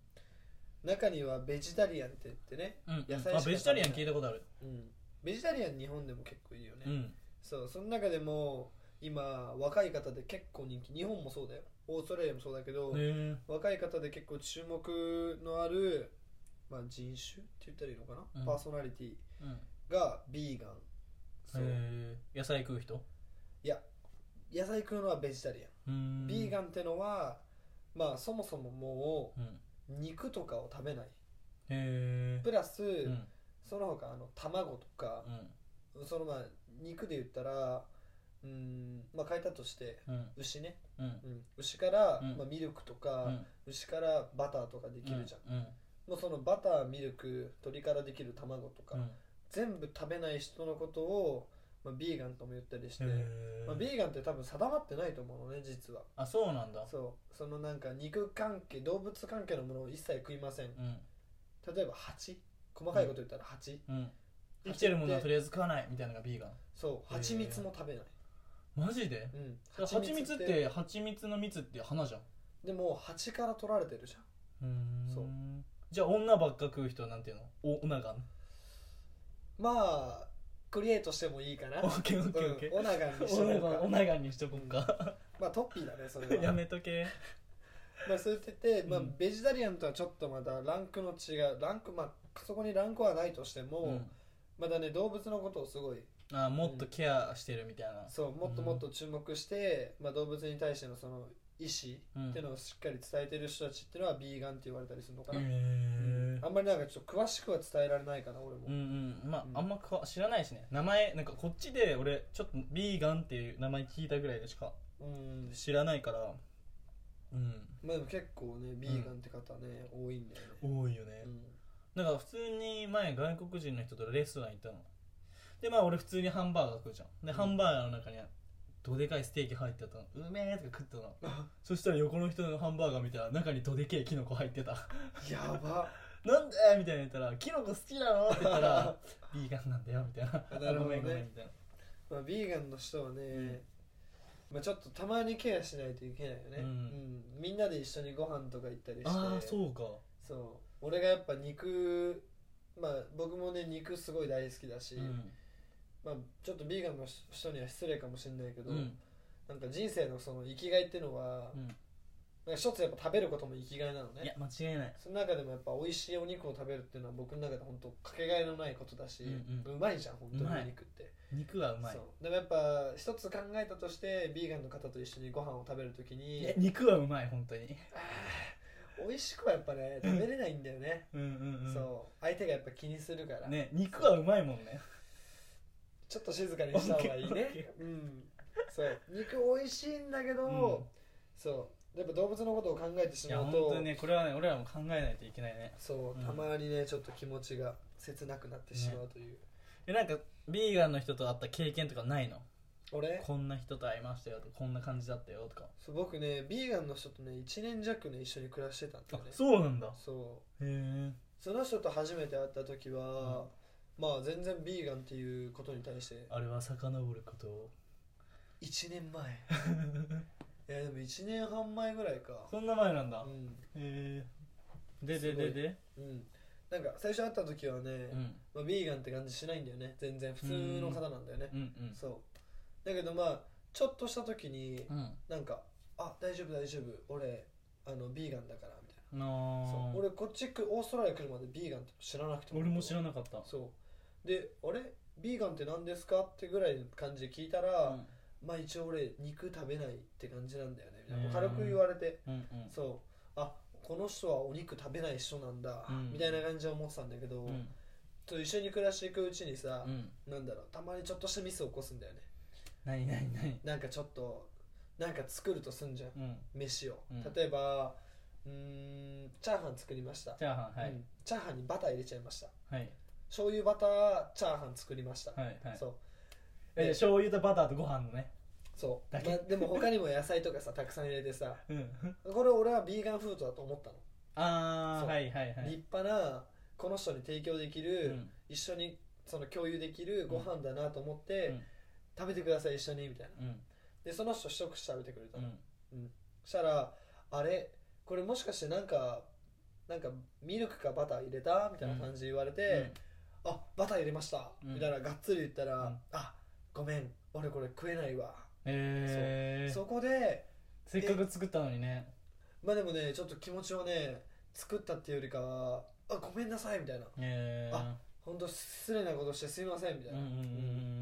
S1: 中にはベジタリアンって言ってね
S2: うん
S1: 野菜しか食べ
S2: あ
S1: ない
S2: ベジタリアン聞いたことある
S1: うんベジタリアン日本でも結構いるよね、
S2: うん
S1: そうその中でも今若い方で結構人気日本もそうだよオーストラリアもそうだけど、
S2: ね
S1: 若い方で結構注目のある、まあ、人種って言ったらいいのかな、
S2: うん
S1: パーソナリティ
S2: うん
S1: がビーガンそう、
S2: へー野菜食う人
S1: いや野菜食うのはベジタリアン、
S2: うん
S1: ビーガンってのはまあそもそもも
S2: うん
S1: う肉とかを食べない
S2: へ
S1: プラス、
S2: えうん
S1: その他あの卵とか
S2: う、ん
S1: そのまあ肉で言ったらうんまあ変えたとして
S2: うん
S1: 牛ね、
S2: うん
S1: うん、牛から、
S2: うん
S1: まあ、ミルクと
S2: う
S1: か、
S2: ん
S1: 牛からバターとかできるじゃん、
S2: うん
S1: もうそのバターミルク鶏からできる卵とか、
S2: うん
S1: 全部食べない人のことを、まあ、ビーガンとも言ったりして、
S2: へー
S1: まあ、ビーガンって多分定まってないと思うのね実は
S2: あそうなんだ
S1: そうそのなんか肉関係動物関係のものを一切食いません
S2: うん
S1: 例えば蜂細かいこと言ったら蜂、
S2: うん
S1: 蜂
S2: 生きてるものは
S1: って
S2: とりあえず食わないみたいなのがビーガン
S1: そう蜂蜜も食べない、
S2: マジで
S1: うん
S2: 蜂蜜って蜂蜜の蜜って花じゃん
S1: でも蜂から取られてるじゃん
S2: うん
S1: そう
S2: じゃあ女ばっか食う人はなんていうのおオナガン
S1: まあクリエイトしてもいいかな
S2: オッケーオッケーオッケー
S1: うんオナガンにし
S2: オナ
S1: ても
S2: ガンオナガンにしとこうか
S1: まあトッピーだねそれは
S2: やめとけ
S1: まあそう言ってて、まあ
S2: うん、
S1: ベジタリアンとはちょっとまだランクの違うランクまあそこにランクはないとしても、
S2: うん
S1: まだね動物のことをすごい
S2: あもっとケアしてるみたいな
S1: そうもっともっと注目して、まあ、動物に対してのその意思
S2: うん
S1: っていうのをしっかり伝えてる人たちっていうのはビーガンって言われたりするのかな、
S2: へ
S1: あんまりなんかちょっと詳しくは伝えられないかな俺も、
S2: うんうんまあ、
S1: うん
S2: あんまか知らないしね名前なんかこっちで俺ちょっとビーガンっていう名前聞いたぐらいでしか
S1: うん
S2: 知らないからうん
S1: まあでも結構ねビーガンって方ね、多いんだよね、
S2: 多いよね
S1: うん
S2: だから普通に前外国人の人とレストラン行ったのでまあ俺普通にハンバーガー食うじゃんでハンバーガーの中にどでかいステーキ入ってたのうめえとか食ったのそしたら横の人のハンバーガー見たら中にどでけえキノコ入ってた
S1: やば
S2: なんでみたいな言ったらキノコ好きなのって言っ たらビーガンなんだよみたいな
S1: あなるほどね
S2: あごめんごめんみたいな
S1: まあ、ビーガンの人はね、まあ、ちょっとたまにケアしないといけないよね、
S2: うん
S1: うんみんなで一緒にご飯とか行ったりして
S2: ああそうか
S1: そう俺がやっぱ肉まあ僕もね肉すごい大好きだし、
S2: うん
S1: まあ、ちょっとビーガンの人には失礼かもしれないけど、
S2: うん
S1: なんか人生のその生きがいっていうのは、
S2: うん
S1: なんか一つやっぱ食べることも生きがいなの
S2: いや
S1: ね
S2: 間違いない
S1: その中でもやっぱ美味しいお肉を食べるっていうのは僕の中で本当かけがえのないことだし、
S2: うんう
S1: まいじゃん本当
S2: うま
S1: に
S2: い
S1: お肉って
S2: 肉はうまい
S1: そうでもやっぱ一つ考えたとしてビーガンの方と一緒にご飯を食べるとき
S2: い
S1: に
S2: や肉はうまい本当に
S1: 美味しくはやっぱね食べれないんだよね、
S2: うんうんうん
S1: そう相手がやっぱ気にするから、
S2: ね肉はうまいもんね
S1: ちょっと静かにした方がいいね
S2: OK
S1: うんそう肉美味しいんだけど、
S2: うん
S1: そうやっぱ動物のことを考えてし
S2: いや
S1: まう
S2: 本
S1: と
S2: 当にねこれはね俺らも考えないといけないね
S1: そう
S2: うん
S1: たまにね、ちょっと気持ちが切なくなってしまうという、
S2: えなんかビーガンの人と会った経験とかないの
S1: 俺
S2: こんな人と会いましたよとかこんな感じだったよとか
S1: そう僕ねビーガンの人とね1年弱ね一緒に暮らしてたんだ
S2: あ
S1: よね
S2: そうなんだへ
S1: そう
S2: え
S1: その人と初めて会った時は、まあ全然ビーガンっていうことに対して
S2: あれは遡ることを
S1: 1年 前いやでも1年半前ぐらいか
S2: そんな前なんだ
S1: うん
S2: へえですで
S1: ご
S2: で
S1: い
S2: で
S1: うんなんか最初会った時はね、
S2: うん
S1: まあ、ビーガンって感じしないんだよね全然普通の方なんだよね
S2: うんうん
S1: そうだけどまあちょっとした時に
S2: うん
S1: なんか「あ大丈夫大丈夫俺あのビーガンだから」みたいなそ
S2: な
S1: う俺こっちくオーストラリア来るまでビーガンって知らなくて
S2: 俺も知ら
S1: な
S2: なかった
S1: そうで「あれビーガンって何ですか?」ってぐらいの感じで聞いたら、
S2: うん
S1: まあ一応俺肉食べないって感じなんだよねみたい
S2: うん
S1: な軽く言われて、
S2: うんうん
S1: そうあこの人はお肉食べない人なんだ、
S2: うん
S1: みたいな感じで思ってたんだけど、
S2: うん
S1: と一緒に暮らしていくうちにさ
S2: う、ん
S1: なんだろうたまにちょっとしたミスを起こすんだよね
S2: 何何何
S1: なんかちょっとなんか作るとすんじゃん
S2: うん
S1: 飯を、
S2: うん
S1: 例えばうーんチャーハン作りました
S2: チャーハンは
S1: う
S2: い
S1: んチャーハンにバター入れちゃいました
S2: はい
S1: 醤油バターチャーハン作りました、
S2: はいはい
S1: そう
S2: え醤油とバターとご飯のね
S1: そう
S2: だけ
S1: まあでも他にも野菜とかさたくさん入れて さ
S2: うん
S1: これ俺はビーガンフードだと思ったの、
S2: ああ
S1: そう
S2: はいはいはい
S1: 立派なこの人に提供できる、
S2: うん
S1: 一緒にその共有できるご飯だなと思って、
S2: うん
S1: 食べてください一緒にみたいな
S2: うん
S1: でその人一口食べてくれた
S2: う
S1: の、
S2: ん
S1: そしたらあれこれもしかしてなんかなんかミルクかバター入れたみたいな感じで言われて、あバター入れました、
S2: うん
S1: みたいながっつり言ったら、
S2: うん
S1: あごめん俺これ食えないわ、
S2: えー、
S1: そこで
S2: せっかく作ったのにね
S1: まあでもねちょっと気持ちをね作ったっていうよりかはあごめんなさいみたいな
S2: えー、
S1: あ本当失礼なことしてすいませんみたい
S2: うん
S1: な、
S2: うんう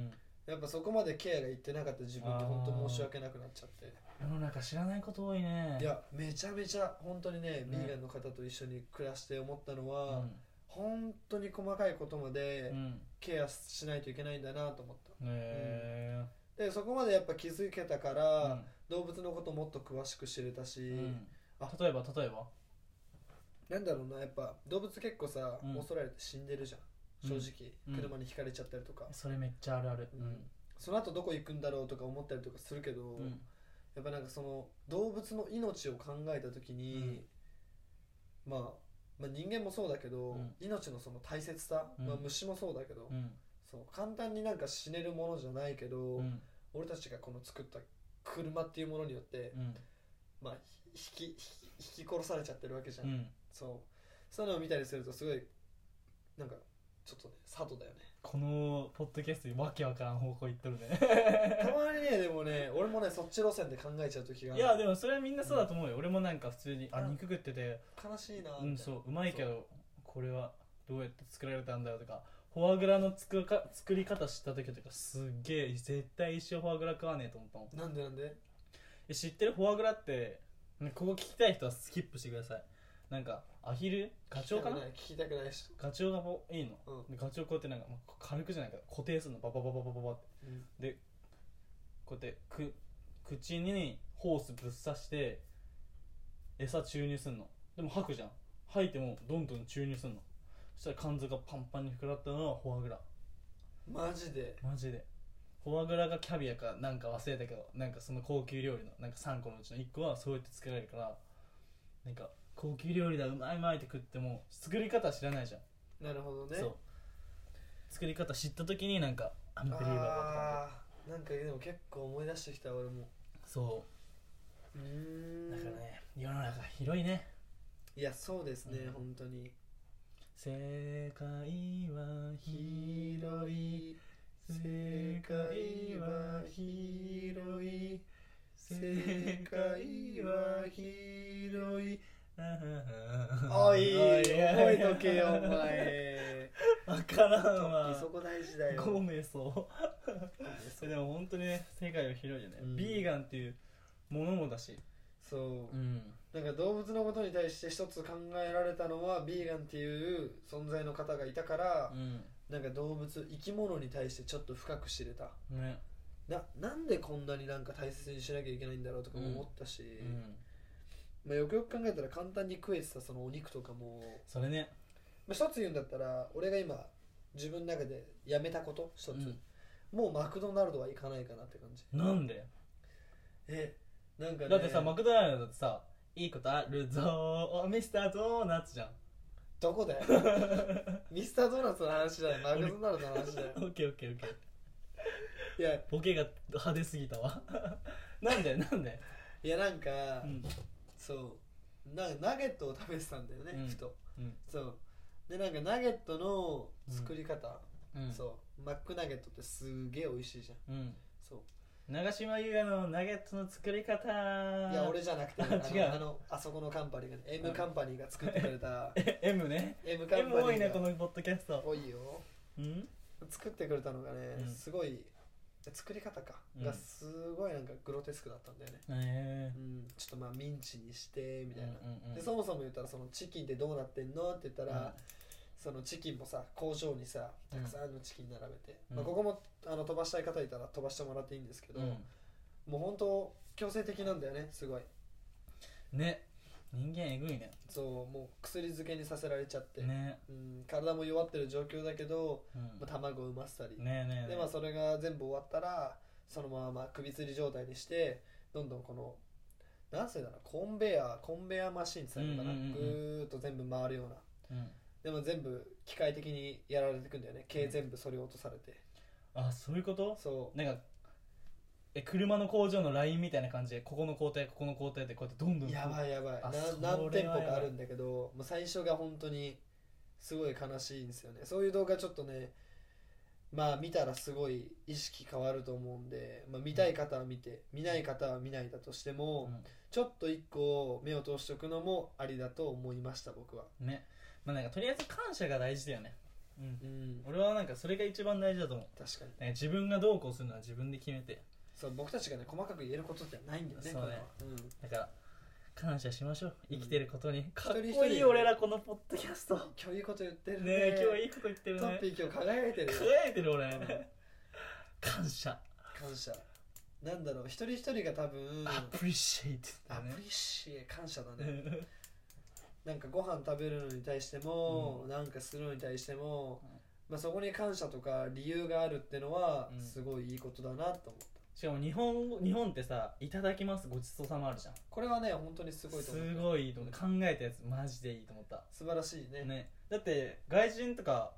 S2: ん
S1: やっぱそこまでケアがいってなかった自分って本当申し訳なくなっちゃって
S2: うん世の中知らないこと多いね
S1: いやめちゃめちゃ本当にね
S2: ね
S1: ヴィーガンの方と一緒に暮らして思ったの
S2: う
S1: は、
S2: ん
S1: 本当に細かいことまで
S2: うん
S1: ケアしないといけないんだなと思っ
S2: え
S1: たでそこまでやっぱ気づけたか
S2: ー、
S1: ら、動物のこともっと詳しく知れたし、
S2: うんうん
S1: あ
S2: 例えば例えば
S1: なんだろうなやっぱ動物結構さ、
S2: うん
S1: 恐れられて死んでるじゃん正
S2: うん
S1: 直、
S2: うん
S1: 車にひかれちゃったりとか、
S2: それめっちゃあるある
S1: うんその後どこ行くんだろうとか思ったりとかするけど、
S2: うん
S1: やっぱなんかその動物の命を考えた時に、まあ、まあ人間もそうだけど、
S2: うん
S1: 命のその大切さ、
S2: うん
S1: まあ、虫もそうだけど、
S2: うん
S1: そう簡単になんか死ねるものじゃないけど、
S2: うん
S1: 俺たちがこの作った車っていうものによって、
S2: うん
S1: まあ、ひ引き引き殺されちゃってるわけじゃん、
S2: うん
S1: そうそういうのを見たりするとすごいなんかちょっとね佐藤だよね
S2: このポッドキャストにわけわからん方向行っとるね
S1: たまにねでもね俺もねそっち路線で考えちゃう時があ
S2: い
S1: る
S2: やでもそれはみんなそうだと思うよ、俺もなんか普通にあ
S1: うん
S2: 肉食ってて
S1: 悲しいな
S2: う
S1: み
S2: ん
S1: たいな
S2: そううまいけどこれはどうやって作られたんだよとかフォアグラの作るか作り方知った時とかすっげえ絶対一生フォアグラ食わねえと思ったもん
S1: なんでなんで
S2: え知ってるフォアグラってねここ聞きたい人はスキップしてくださいなんかアヒルガチョウかな
S1: 聞きたくない聞きたくないし、
S2: ガチョウがこういいの、
S1: う
S2: でガチョウこうやってなんか、まあ軽くじゃないけど固定するのバババババババって
S1: うん
S2: でこうやってく口にホースぶっ刺して餌注入すんのでも吐くじゃん吐いてもどんどん注入すんのそしたら肝臓がパンパンに膨らったのはフォアグラ
S1: マジで
S2: マジでフォアグラがキャビアかなんか忘れたけどなんかその高級料理のなんか3個のうちの1個はそうやって作られるからなんか高級料理だうまいうまいって食っても作り方知らないじゃん、
S1: なるほどね
S2: そう作り方知った時になんかアンブリーバーだって感
S1: あーなんかでも結構思い出してきた俺も
S2: じそう
S1: ーん
S2: うだからね世の中広いね
S1: いやそうですね、
S2: うん
S1: 本当に
S2: 世界は広い
S1: い
S2: 世界は広い世界は
S1: 広い
S2: お
S1: おい覚えとけ よお前
S2: 分から
S1: ト
S2: ん
S1: ッ
S2: わ
S1: キーそこ大事だよ
S2: ごめんそう
S1: そ
S2: でも本当にね世界は広いよね、
S1: うん
S2: ビーガンっていうものもだし
S1: そう、
S2: ん
S1: なんか動物のことに対して一つ考えられたのはビーガンっていう存在の方がいたから
S2: う、ん
S1: なんか動物生き物に対してちょっと深く知れた
S2: ね
S1: ななんでこんなになんか大切にしなきゃいけないんだろうとかも思ったし、
S2: うん
S1: まあ、よくよく考えたら簡単に食えてたそのお肉とかも、
S2: それね
S1: まあ、一つ言うんだったら俺が今自分の中でやめたこと一つ、
S2: うん
S1: もうマクドナルドは行かないかなって感じ
S2: なんで
S1: えなんかね
S2: だってさマクドナルドってさいいことあるぞーミスタードーナツじゃん
S1: どこだ よミスタードーナツの話だよマクドナルドの話だよ
S2: オッケーオッケーオッケー
S1: いや
S2: ボケが派手すぎたわ なんでなんで、
S1: いやなんか、
S2: うん
S1: そうなナゲットを食べてたんだよね、
S2: うん
S1: ふと
S2: うん
S1: そうでなんかナゲットの作り方、
S2: うん、
S1: そうマックナゲットってすげえ美味しいじゃん
S2: う、ん、
S1: そう
S2: 長島優也のナゲットの作り方
S1: いや俺じゃなくて、
S2: あ
S1: あの
S2: 違う
S1: あのあそこのカンパニーがね
S2: う
S1: M
S2: ん
S1: カンパニーが作ってくれた
S2: M ね
S1: M カンパニ
S2: M 多い
S1: ーが
S2: ねこのポッドキャスト
S1: 多いよ
S2: うん
S1: 作ってくれたのがね、
S2: うん
S1: すごい作り方か
S2: うん
S1: がすごいなんかグロテスクだったんだよね、
S2: え
S1: うん、ちょっとまあミンチにしてみ
S2: み
S1: たいな、
S2: うんうんうん、
S1: でそもそも言ったらそのチキンってどうなってんのって言ったら、
S2: うん
S1: そのチキンもさ工場にさたくさんのチキン並べて、
S2: うん
S1: まあ、ここもあの飛ばしたい方いたら飛ばしてもらっていいんですけど、
S2: う
S1: もう本当強制的なんだよねすごい
S2: ん、ね人間えぐいね
S1: そうもう薬漬けにさせられちゃって、
S2: ね
S1: うん、体も弱ってる状況だけど、
S2: うん
S1: まあ、卵を産ませたり、
S2: ねえねえねえ
S1: でまあそれが全部終わったらそのまま首吊り状態にしてどんどんこの何歳だろうコンベヤーコンベヤーマシンって言ったのかな、
S2: うんうんうんうん
S1: ぐーっと全部回るような
S2: うん、
S1: でも全部機械的にやられてくんだよね毛全部そり落とされて、
S2: あそういうこと
S1: そう
S2: なんかえ車の工場のラインみたいな感じでここの工程ここの工程でこうやってどんどん
S1: やばいやばい
S2: あ
S1: な
S2: それは
S1: 何店舗
S2: や
S1: か
S2: ばい
S1: あるんだけどもう最初が本当にすごい悲しいんですよねそういう動画ちょっとねまあ見たらすごい意識変わると思うんで、まあ、見たい方は見て見ない方は見ないだとしても、ちょっと一個目を通しておくのもありだと思いました僕は、
S2: うんねまあなんかとりあえず感謝が大事だよねうん
S1: うん、
S2: 俺はなんかそれが一番大事だと思う
S1: 確かに
S2: なんか自分がどうこうするのは自分で決めて
S1: そう僕たちがね細かく言えることじゃないんだよね
S2: そうね
S1: これはうん
S2: だから感謝しましょう
S1: うん
S2: 生きてることに、かっこ
S1: 一人
S2: い
S1: 一
S2: い
S1: 人
S2: 俺らこのポッドキャストね
S1: 今日いいこと言ってるね
S2: え今日いいこと言ってる
S1: トッ
S2: ね
S1: ピー今日輝いてるよ
S2: 輝いてる俺、
S1: ん
S2: 感謝
S1: 感謝なんだろう一人一人が多分
S2: アプリシェイト
S1: ア
S2: だね
S1: プリシエ感謝だねなんかご飯食べるのに対しても、なんかするのに対しても、
S2: うん
S1: まあ、そこに感謝とか理由があるってのは
S2: うん
S1: すごいいいことだなと思った、
S2: しかも日本語日本ってさ「いただきますごちそうさま」あるじゃん
S1: これはね本当にすごいと思う
S2: すごいいいと思った考えたやつマジでいいと思った
S1: 素晴らしいね
S2: ねだって外人とか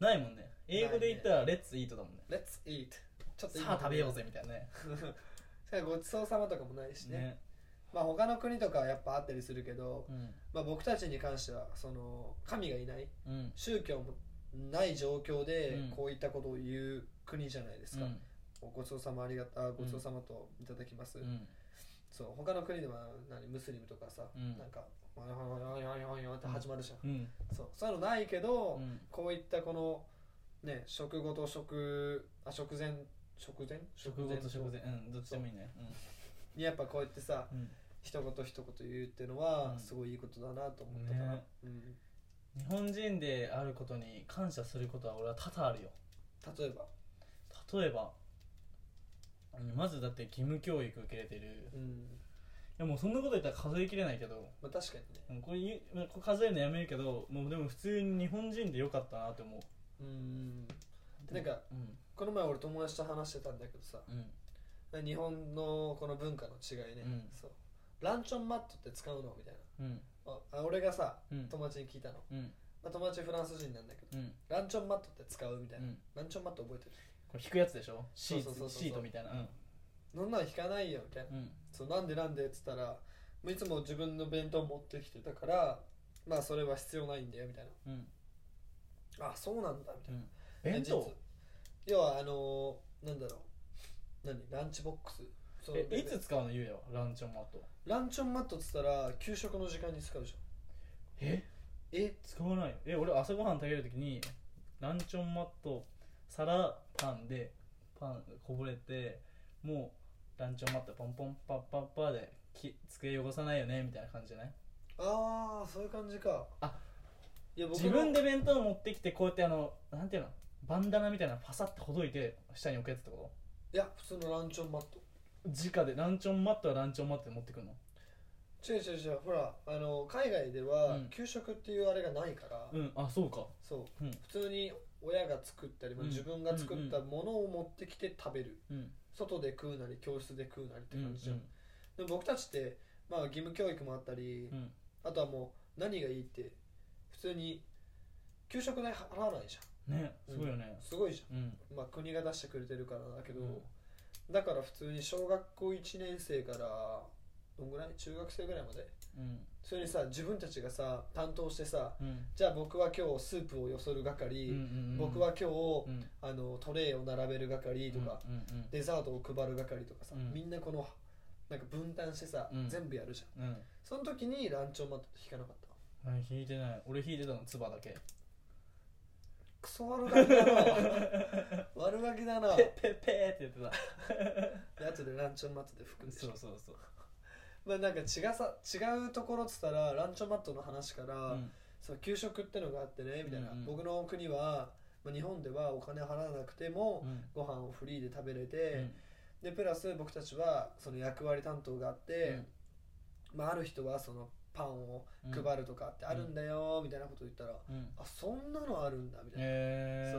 S2: ないもんね英語で言ったら「レッツイート」だもんね
S1: Let's eat ちょっと
S2: さあ食べよう
S1: ぜ
S2: ぜみたいなね
S1: ごちそうさまとかもないしね
S2: ね
S1: まあ他の国とかはやっぱあったりするけど、
S2: うん
S1: まあ、僕たちに関してはその神がいない
S2: うん
S1: 宗教もない状況で
S2: うん
S1: こういったことを言う国じゃないですか、
S2: うん
S1: ごちそうさまありがとあごちそうさまといただきます、
S2: うん
S1: そう他の国では何ムスリムとかさ、
S2: うん
S1: なんか「ワンワンワンワンワンワンワンって始まるじゃん、
S2: うん
S1: そうそういうのないけど、
S2: うん
S1: こういったこのね食後と食あ食前食前
S2: 食後と食前うんどっちでもいいね
S1: にやっぱこうやってさ
S2: うんうん
S1: 一言一言言うっての
S2: う
S1: は
S2: ん
S1: すごいいいことだなと思ったから、
S2: ね
S1: うん、
S2: 日本人であることに感謝することは俺は多々あるよ
S1: 例えば、
S2: 例えばうんまずだって義務教育受けれてるい
S1: うん
S2: やもうそんなこと言ったら数えきれないけど
S1: まあ、確かにね、
S2: うんこれ言うまあこれ数えるのやめるけどもうでも普通に日本人でよかったなって思う
S1: うん、
S2: でも
S1: なんか
S2: うん
S1: この前俺友達と話してたんだけどさ
S2: うん
S1: 日本のこの文化の違いね、
S2: うん
S1: そうランチョンマットって使うのみたいな
S2: うん
S1: ああ俺がさ
S2: うん
S1: 友達に聞いたの、
S2: うん
S1: まあ、友達フランス人なんだけど
S2: うん
S1: ランチョンマットって使うみた
S2: う
S1: いな、
S2: ん
S1: ランチョンマット覚えてる
S2: これ引くやつでしょシ
S1: そうそうそうそ
S2: ー
S1: う
S2: ツシートみたいなうん
S1: そんなの引かないよみたいな、
S2: うん
S1: そうなんでなんでっつったらもういつも自分の弁当持ってきてたからまあそれは必要ないんだよみたい
S2: うん
S1: なあそうなんだみた
S2: う
S1: いな、
S2: ん弁
S1: 実
S2: 当
S1: 要はあのーなんだろう何ランチボックスそう
S2: えいつ使うの言うよランチョンマット
S1: ランチョンマットっつったら給食の時間に使うじ
S2: え
S1: ゃんえ
S2: 使わないよえ俺朝ごはん食べるときにランチョンマット皿パンでパンこぼれてもうランチョンマットポンポンパッパッパーでき机汚さないよねみたいな感じじゃない
S1: ああそういう感じか
S2: あ
S1: いや僕
S2: 自分で弁当持ってきてこうやってあのなんていうのバンダナみたいなのパサってほどいて下に置くやつってこ
S1: いや普通のランチョンマット
S2: と直でランチョンマットはランチョンマットで持ってくるの
S1: 違う違う違うほらあの海外で
S2: う
S1: は
S2: ん
S1: 給食っていうあれがないから、
S2: うんあそうか
S1: そう、
S2: うん
S1: 普通に親が作ったり、まあ
S2: うん
S1: 自分が作ったものを持ってきて食べる、
S2: うん
S1: 外で食うなり教室で食うなりって
S2: うん
S1: 感じじゃん、でも僕たちって、まあ、義務教育もあったり、
S2: うん
S1: あとはもう何がいいって普通に給食代払わないじゃ
S2: うんねすごいよね
S1: んすごいじ
S2: うん
S1: ゃん、まあ、国が出してくれてるからだけど、
S2: うん
S1: だから普通に小学校1年生からどんぐらい中学生ぐらいまで
S2: うん
S1: それにさ自分たちがさ担当してさ
S2: うん
S1: じゃあ僕は今日スープをよそる係、
S2: うんうんうん
S1: 僕は今日、
S2: うん
S1: あのトレイを並べる係とか、
S2: うんうん
S1: デザートを配る係とかさ、
S2: うん
S1: みんなこのなんか分担してさ、
S2: うん
S1: 全部やるじゃん
S2: うんうん
S1: その時にランチョンマットって引かなかった
S2: うん弾いてない俺弾いてたのツバだけ
S1: クソ悪ガキだな 悪ガキだな
S2: ペッペッペーって言ってた
S1: あとでランチョンマットで服でし
S2: そう
S1: ょ
S2: そうそう
S1: まあなんか違さ違うところっつったらランチョンマットの話から、
S2: うん
S1: そう給食ってのがあってねみたいな、
S2: うんうん
S1: 僕の国は、まあ、日本ではお金払わなくても、
S2: うん
S1: ご飯をフリーで食べれ
S2: う
S1: て、
S2: ん
S1: でプラス僕たちはその役割担当があって、まあ、ある人はそのパンを
S2: うん
S1: 配るとかってあるんだよみたいなこと言ったら、
S2: うん
S1: あそんなのあるんだみたいな、
S2: へえ
S1: そ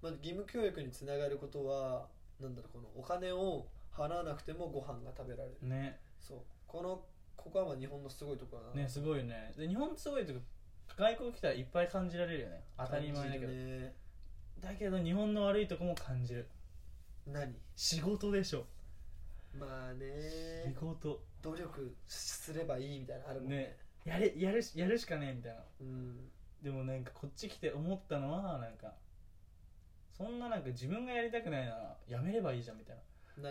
S1: う、まあ、義務教育につながることはなんだろうこのお金を払わなくてもご飯が食べられる、
S2: ね
S1: そうこのここはまあ日本のすごいところだな
S2: ねすごいねで日本すごいというか外国来たらいっぱい感じられるよね当たり前だけど、
S1: 感じるね
S2: だけど日本の悪いとこも感じる
S1: 何
S2: 仕事でしょ
S1: まあ
S2: 仕
S1: ね
S2: 事
S1: 努力すればいいみたいなのあるもんね
S2: ねやれやるしやるしかねえみたいな
S1: うん
S2: でもなんかこっち来て思ったのはなんかそんななんか自分がやりたくないならやめればいいじゃんみたいな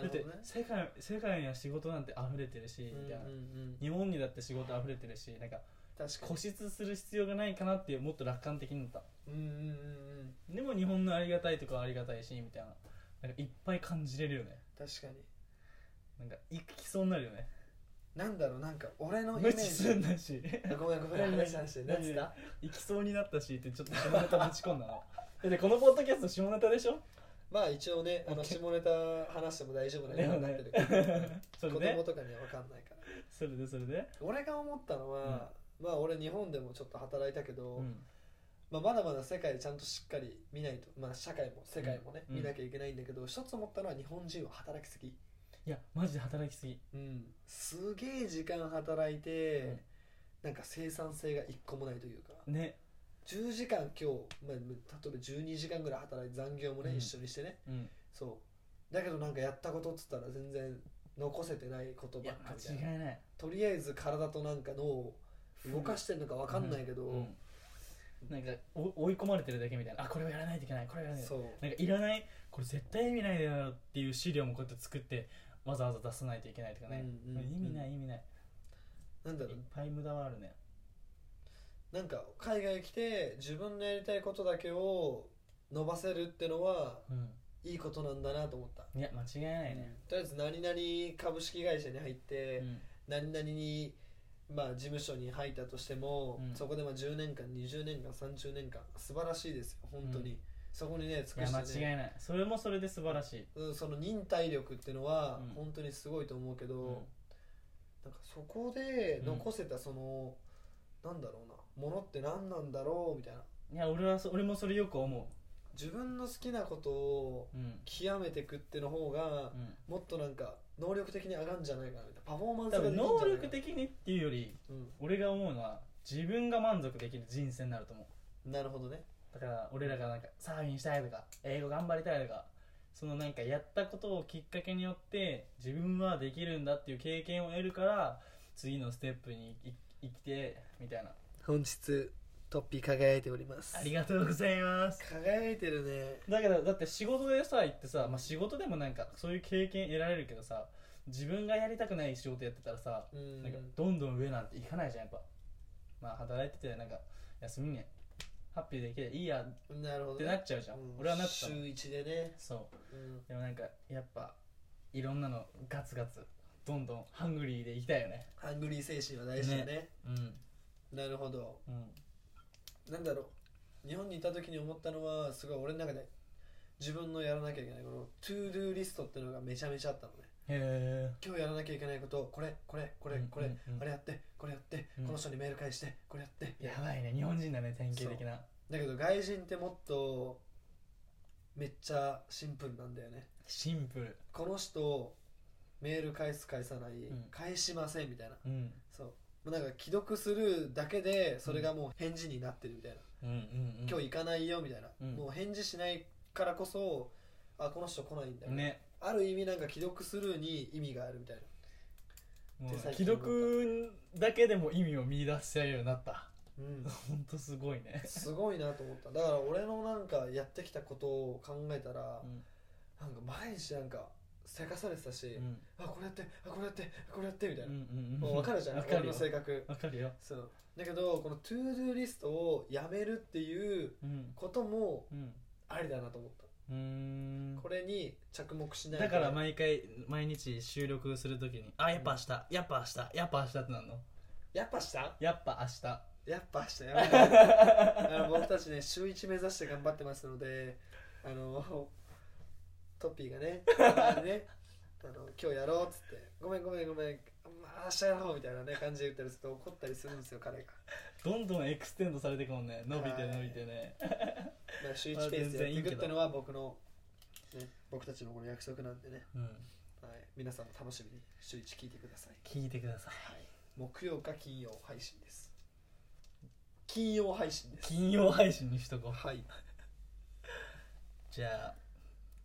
S1: な
S2: だ
S1: る
S2: っ
S1: ほ
S2: て
S1: どね
S2: 世界世界には仕事なんて溢れてるし
S1: うん
S2: みたいな、
S1: うんうん
S2: 日本にだって仕事溢れてるしなんか
S1: 確か
S2: 固執する必要がないかなっていうもっと楽観的になった
S1: にうんうんうんうん
S2: でも日本のありがたいとこはありがたいしみたいななんかいっぱい感じれるよね
S1: 確かに
S2: なんか行きそうになるよね
S1: なんだろうなんか俺のイメ
S2: 無
S1: ー
S2: 知
S1: ジ
S2: すんな し
S1: あごめんごめん話し話 して何つった
S2: 行きそうになったしってちょっと下ネタぶち込んだ のだってこのポッドキャスト下ネタでしょ
S1: まあ一応ねあの
S2: OK
S1: 下ネタ話しても大丈夫なようになってるから
S2: そ
S1: 子
S2: れ
S1: 供
S2: で
S1: とかには分かんないから
S2: それでそれで
S1: 俺が思ったのは、まあ俺日本でもちょっと働いたけど、
S2: うん
S1: まあ、まだまだ世界ちゃんとしっかり見ないと、まあ、社会も世界もね、
S2: うん
S1: 見なきゃいけないんだけど一つ思ったのは日本人は働きすぎ、
S2: いやマジで働きすぎ
S1: うん、すげえ時間働いて、なんか生産性が一個もないというか
S2: ね
S1: 10時間今日、まあ、例えば12時間ぐらい働いて残業もね、
S2: うん
S1: 一緒にしてね
S2: うん
S1: そうだけどなんかやったことっつったら全然残せてないこと
S2: い
S1: ば
S2: や
S1: っか
S2: 間
S1: りじゃん
S2: 違いない
S1: とりあえず体となんか脳を動かしてるのか分かんないけど、
S2: うんなんかお追い込まれてるだけみたいなあこれをやらないといけないこれをやらないといけない
S1: そう
S2: なんかいらないこれ絶対意味ないだろうっていう資料もこうやって作ってわざわざ出さないといけないとかね、
S1: うんうんうん
S2: 意味ない意味ない
S1: なんだ
S2: い
S1: ろ
S2: っ
S1: う
S2: ぱい無駄はあるね
S1: なんか海外来て自分のやりたいことだけを伸ばせるってのは
S2: うん
S1: いいことなんだなと思った、
S2: いや間違いないね、
S1: とりあえず何々株式会社に入って、
S2: うん
S1: 何々にまあ事務所に入ったとしても、
S2: うん
S1: そこでまあ10年間20年間30年間素晴らしいですよ本当に、
S2: う
S1: そこにね尽
S2: い
S1: く
S2: や間
S1: してね
S2: 違いないそれもそれで素晴らしい、
S1: うんその忍耐力っていうのは
S2: うん
S1: 本当にすごいと思うけど、
S2: うん
S1: なんかそこで残せたその、なんだろうなものって何なんだろうみたいない
S2: や俺はそ俺もそれよく思
S1: 自分の好きなことを
S2: ううん、
S1: 極めていくっての方が
S2: う、ん、
S1: もっとなんか能力的に上がるんじゃないかなみたいなパフォーマンス
S2: 多
S1: ができ
S2: 分
S1: るんじゃない
S2: 能
S1: かな
S2: 力的にっていうより俺が思うのは自分が満足できる人生になると思う
S1: うん、なるほどね
S2: だから俺らがなんかサーフィンしたいとか英語頑張りたいとかそのなんかやったことをきっかけによって自分はできるんだっていう経験を得るから次のステップにい生きてみたいな
S1: 本日トッピー輝いております
S2: ありがとうございます
S1: 輝いてるね
S2: だけどだって仕事でさ行ってさ、まあ、仕事でもなんかそういう経験得られるけどさ自分がやりたくない仕事やってたらさ
S1: うん
S2: なんかどんどん上なんていかないじゃんやっぱまあ働いててなんか休みねハッピーできていいやっ
S1: なるほど
S2: て
S1: ね、
S2: なっちゃうじゃん、
S1: うん
S2: 俺はなってた
S1: 週
S2: もん
S1: 1でね、
S2: そ
S1: う
S2: う
S1: ん、
S2: でもなんかやっぱいろんなのガツガツどんどんハングリーでいきたいよね
S1: ハングリー精神は大事だね
S2: うん
S1: なるほど
S2: うん
S1: なんだろう日本にいた時に思ったのはすごい俺の中で自分のやらなきゃいけないこのトゥードゥーリストっていうのがめちゃめちゃあったのね
S2: へえ
S1: 今日やらなきゃいけないことをこれこれこれ
S2: うん
S1: これ、
S2: うんうん
S1: あれやってこれやって、
S2: うん
S1: この人にメール返してこれやって
S2: やばいね日本人だね典型的な
S1: だけど外人ってもっとめっちゃシンプルなんだよね
S2: シンプル
S1: この人メール返す返さない、
S2: ん
S1: 返しませんみたいな
S2: うん
S1: そうもうなんか既読するだけでそれがもう返事になってるみたいな、
S2: うんうんうん
S1: 今日行かないよみたいな、
S2: うん
S1: もう返事しないからこそあこの人来ないんだよね
S2: ね
S1: ある意味なんか既読するに意味があるみたいな
S2: も
S1: 手
S2: う
S1: 先
S2: 既読だけでも意味を見出せるようになった
S1: うん
S2: ほんとすごいね
S1: すごいなと思っただから俺のなんかやってきたことを考えたら、なんか毎日なんかせかされてたし、
S2: うん
S1: あこれやってあこれやってあこれやってみた
S2: う
S1: い
S2: んう
S1: な、
S2: ん
S1: もう分かるじゃん
S2: 分か
S1: 俺
S2: る
S1: の
S2: よ
S1: 性格
S2: 分かるよ
S1: そうだけどこのトゥードゥーリストをやめるっていう
S2: うん
S1: ことも
S2: うん
S1: ありだなと思っ
S2: うーん
S1: たこれに着目しないで
S2: だから毎回毎日収録するときにあやっぱ明日やっぱ明日やっぱ明日ってなるの
S1: やっぱした
S2: やっぱ明日
S1: やっぱしたやばいあの僕たちね 週1目指して頑張ってますのであのトッピーがねあのねあの今日やろうっつってごめんごめんごめん、まあ、明日やろうみたいなね感じで言ったりすると怒ったりするんですよ彼が、
S2: どんどんエクステンドされてくもんね伸びて伸びてね
S1: まあ、週1ペースでやっていくってのは僕の、ね、僕たちのこの約束なんでね、
S2: うん
S1: はい、皆さんも楽しみに週1聞いてください
S2: 聞いてください
S1: 木曜か金曜配信です金曜配信です
S2: 金曜配信にしとこう
S1: はい
S2: じゃあ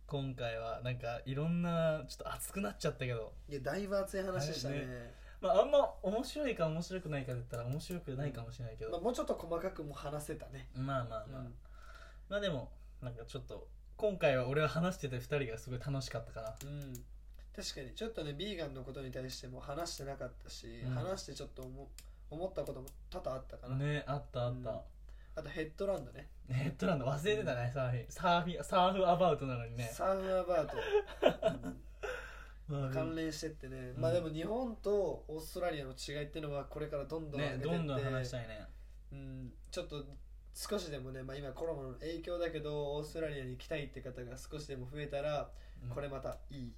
S2: 今回はなんかいろんなちょっと熱くなっちゃったけど
S1: いやだいぶ熱い話でしたね
S2: あれねまああんま面白いか面白くないかで言ったら面白くないかもしれないけ
S1: まあ、
S2: ど、
S1: もうちょっと細かくも話せたね、
S2: まあまあ
S1: う
S2: まあ、
S1: ん
S2: まあでもなんかちょっと今回は俺は話してた2人がすごい楽しかったかな
S1: うん、確かにちょっとねビーガンのことに対しても話してなかったし、
S2: うん
S1: 話してちょっと思思ったことも多々あったかな、
S2: ねあったあった、
S1: あとヘッドランドね
S2: ネットランド忘れてたねサーフィンサーフィンサーフアバウトなのにね
S1: サーフアバー ト、
S2: ま
S1: う
S2: あ
S1: ん関連してってね、
S2: うん
S1: まあでも日本とオーストラリアの違いっていうのはこれからどんどん上げ
S2: ね
S1: てって
S2: どんどん話したいね
S1: うん、ちょっと少しでもね、まあ、今コロナの影響だけどオーストラリアに来たいって方が少しでも増えたら
S2: うん
S1: これまたいい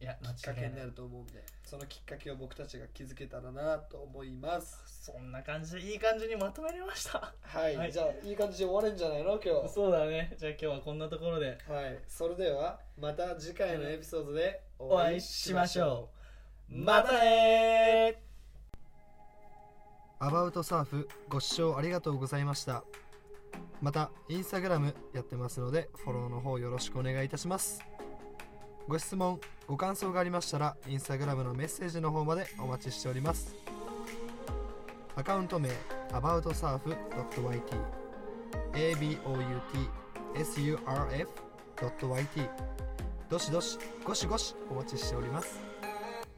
S2: いや
S1: きっか
S2: 間
S1: け
S2: 違い
S1: に
S2: な
S1: ないると思うんでそのきっかけを僕たちが築けたらなと思います
S2: そんな感じでいい感じにまとまりました
S1: はい、
S2: はい
S1: じゃあいい感じで終われんじゃないの今日は
S2: そうだねじゃあ今日はこんなところで
S1: いそれではまた次回のエピソードでお
S2: お
S1: 会
S2: 会
S1: い
S2: い
S1: し
S2: し
S1: ま
S2: ま
S1: し
S2: し
S1: ょう
S2: ょうまたねー
S3: アバウトサーフご視聴ありがとうございましたまたインスタグラムやってますのでフォローの方よろしくお願いいたしますご質問ご感想がありましたらインスタグラムのメッセージの方までお待ちしておりますアカウント名 aboutsurf.yt aboutsurf.yt どしどしごしごしお待ちしております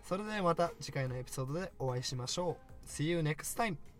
S3: それではまた次回のエピソードでお会いしましょう See you next time!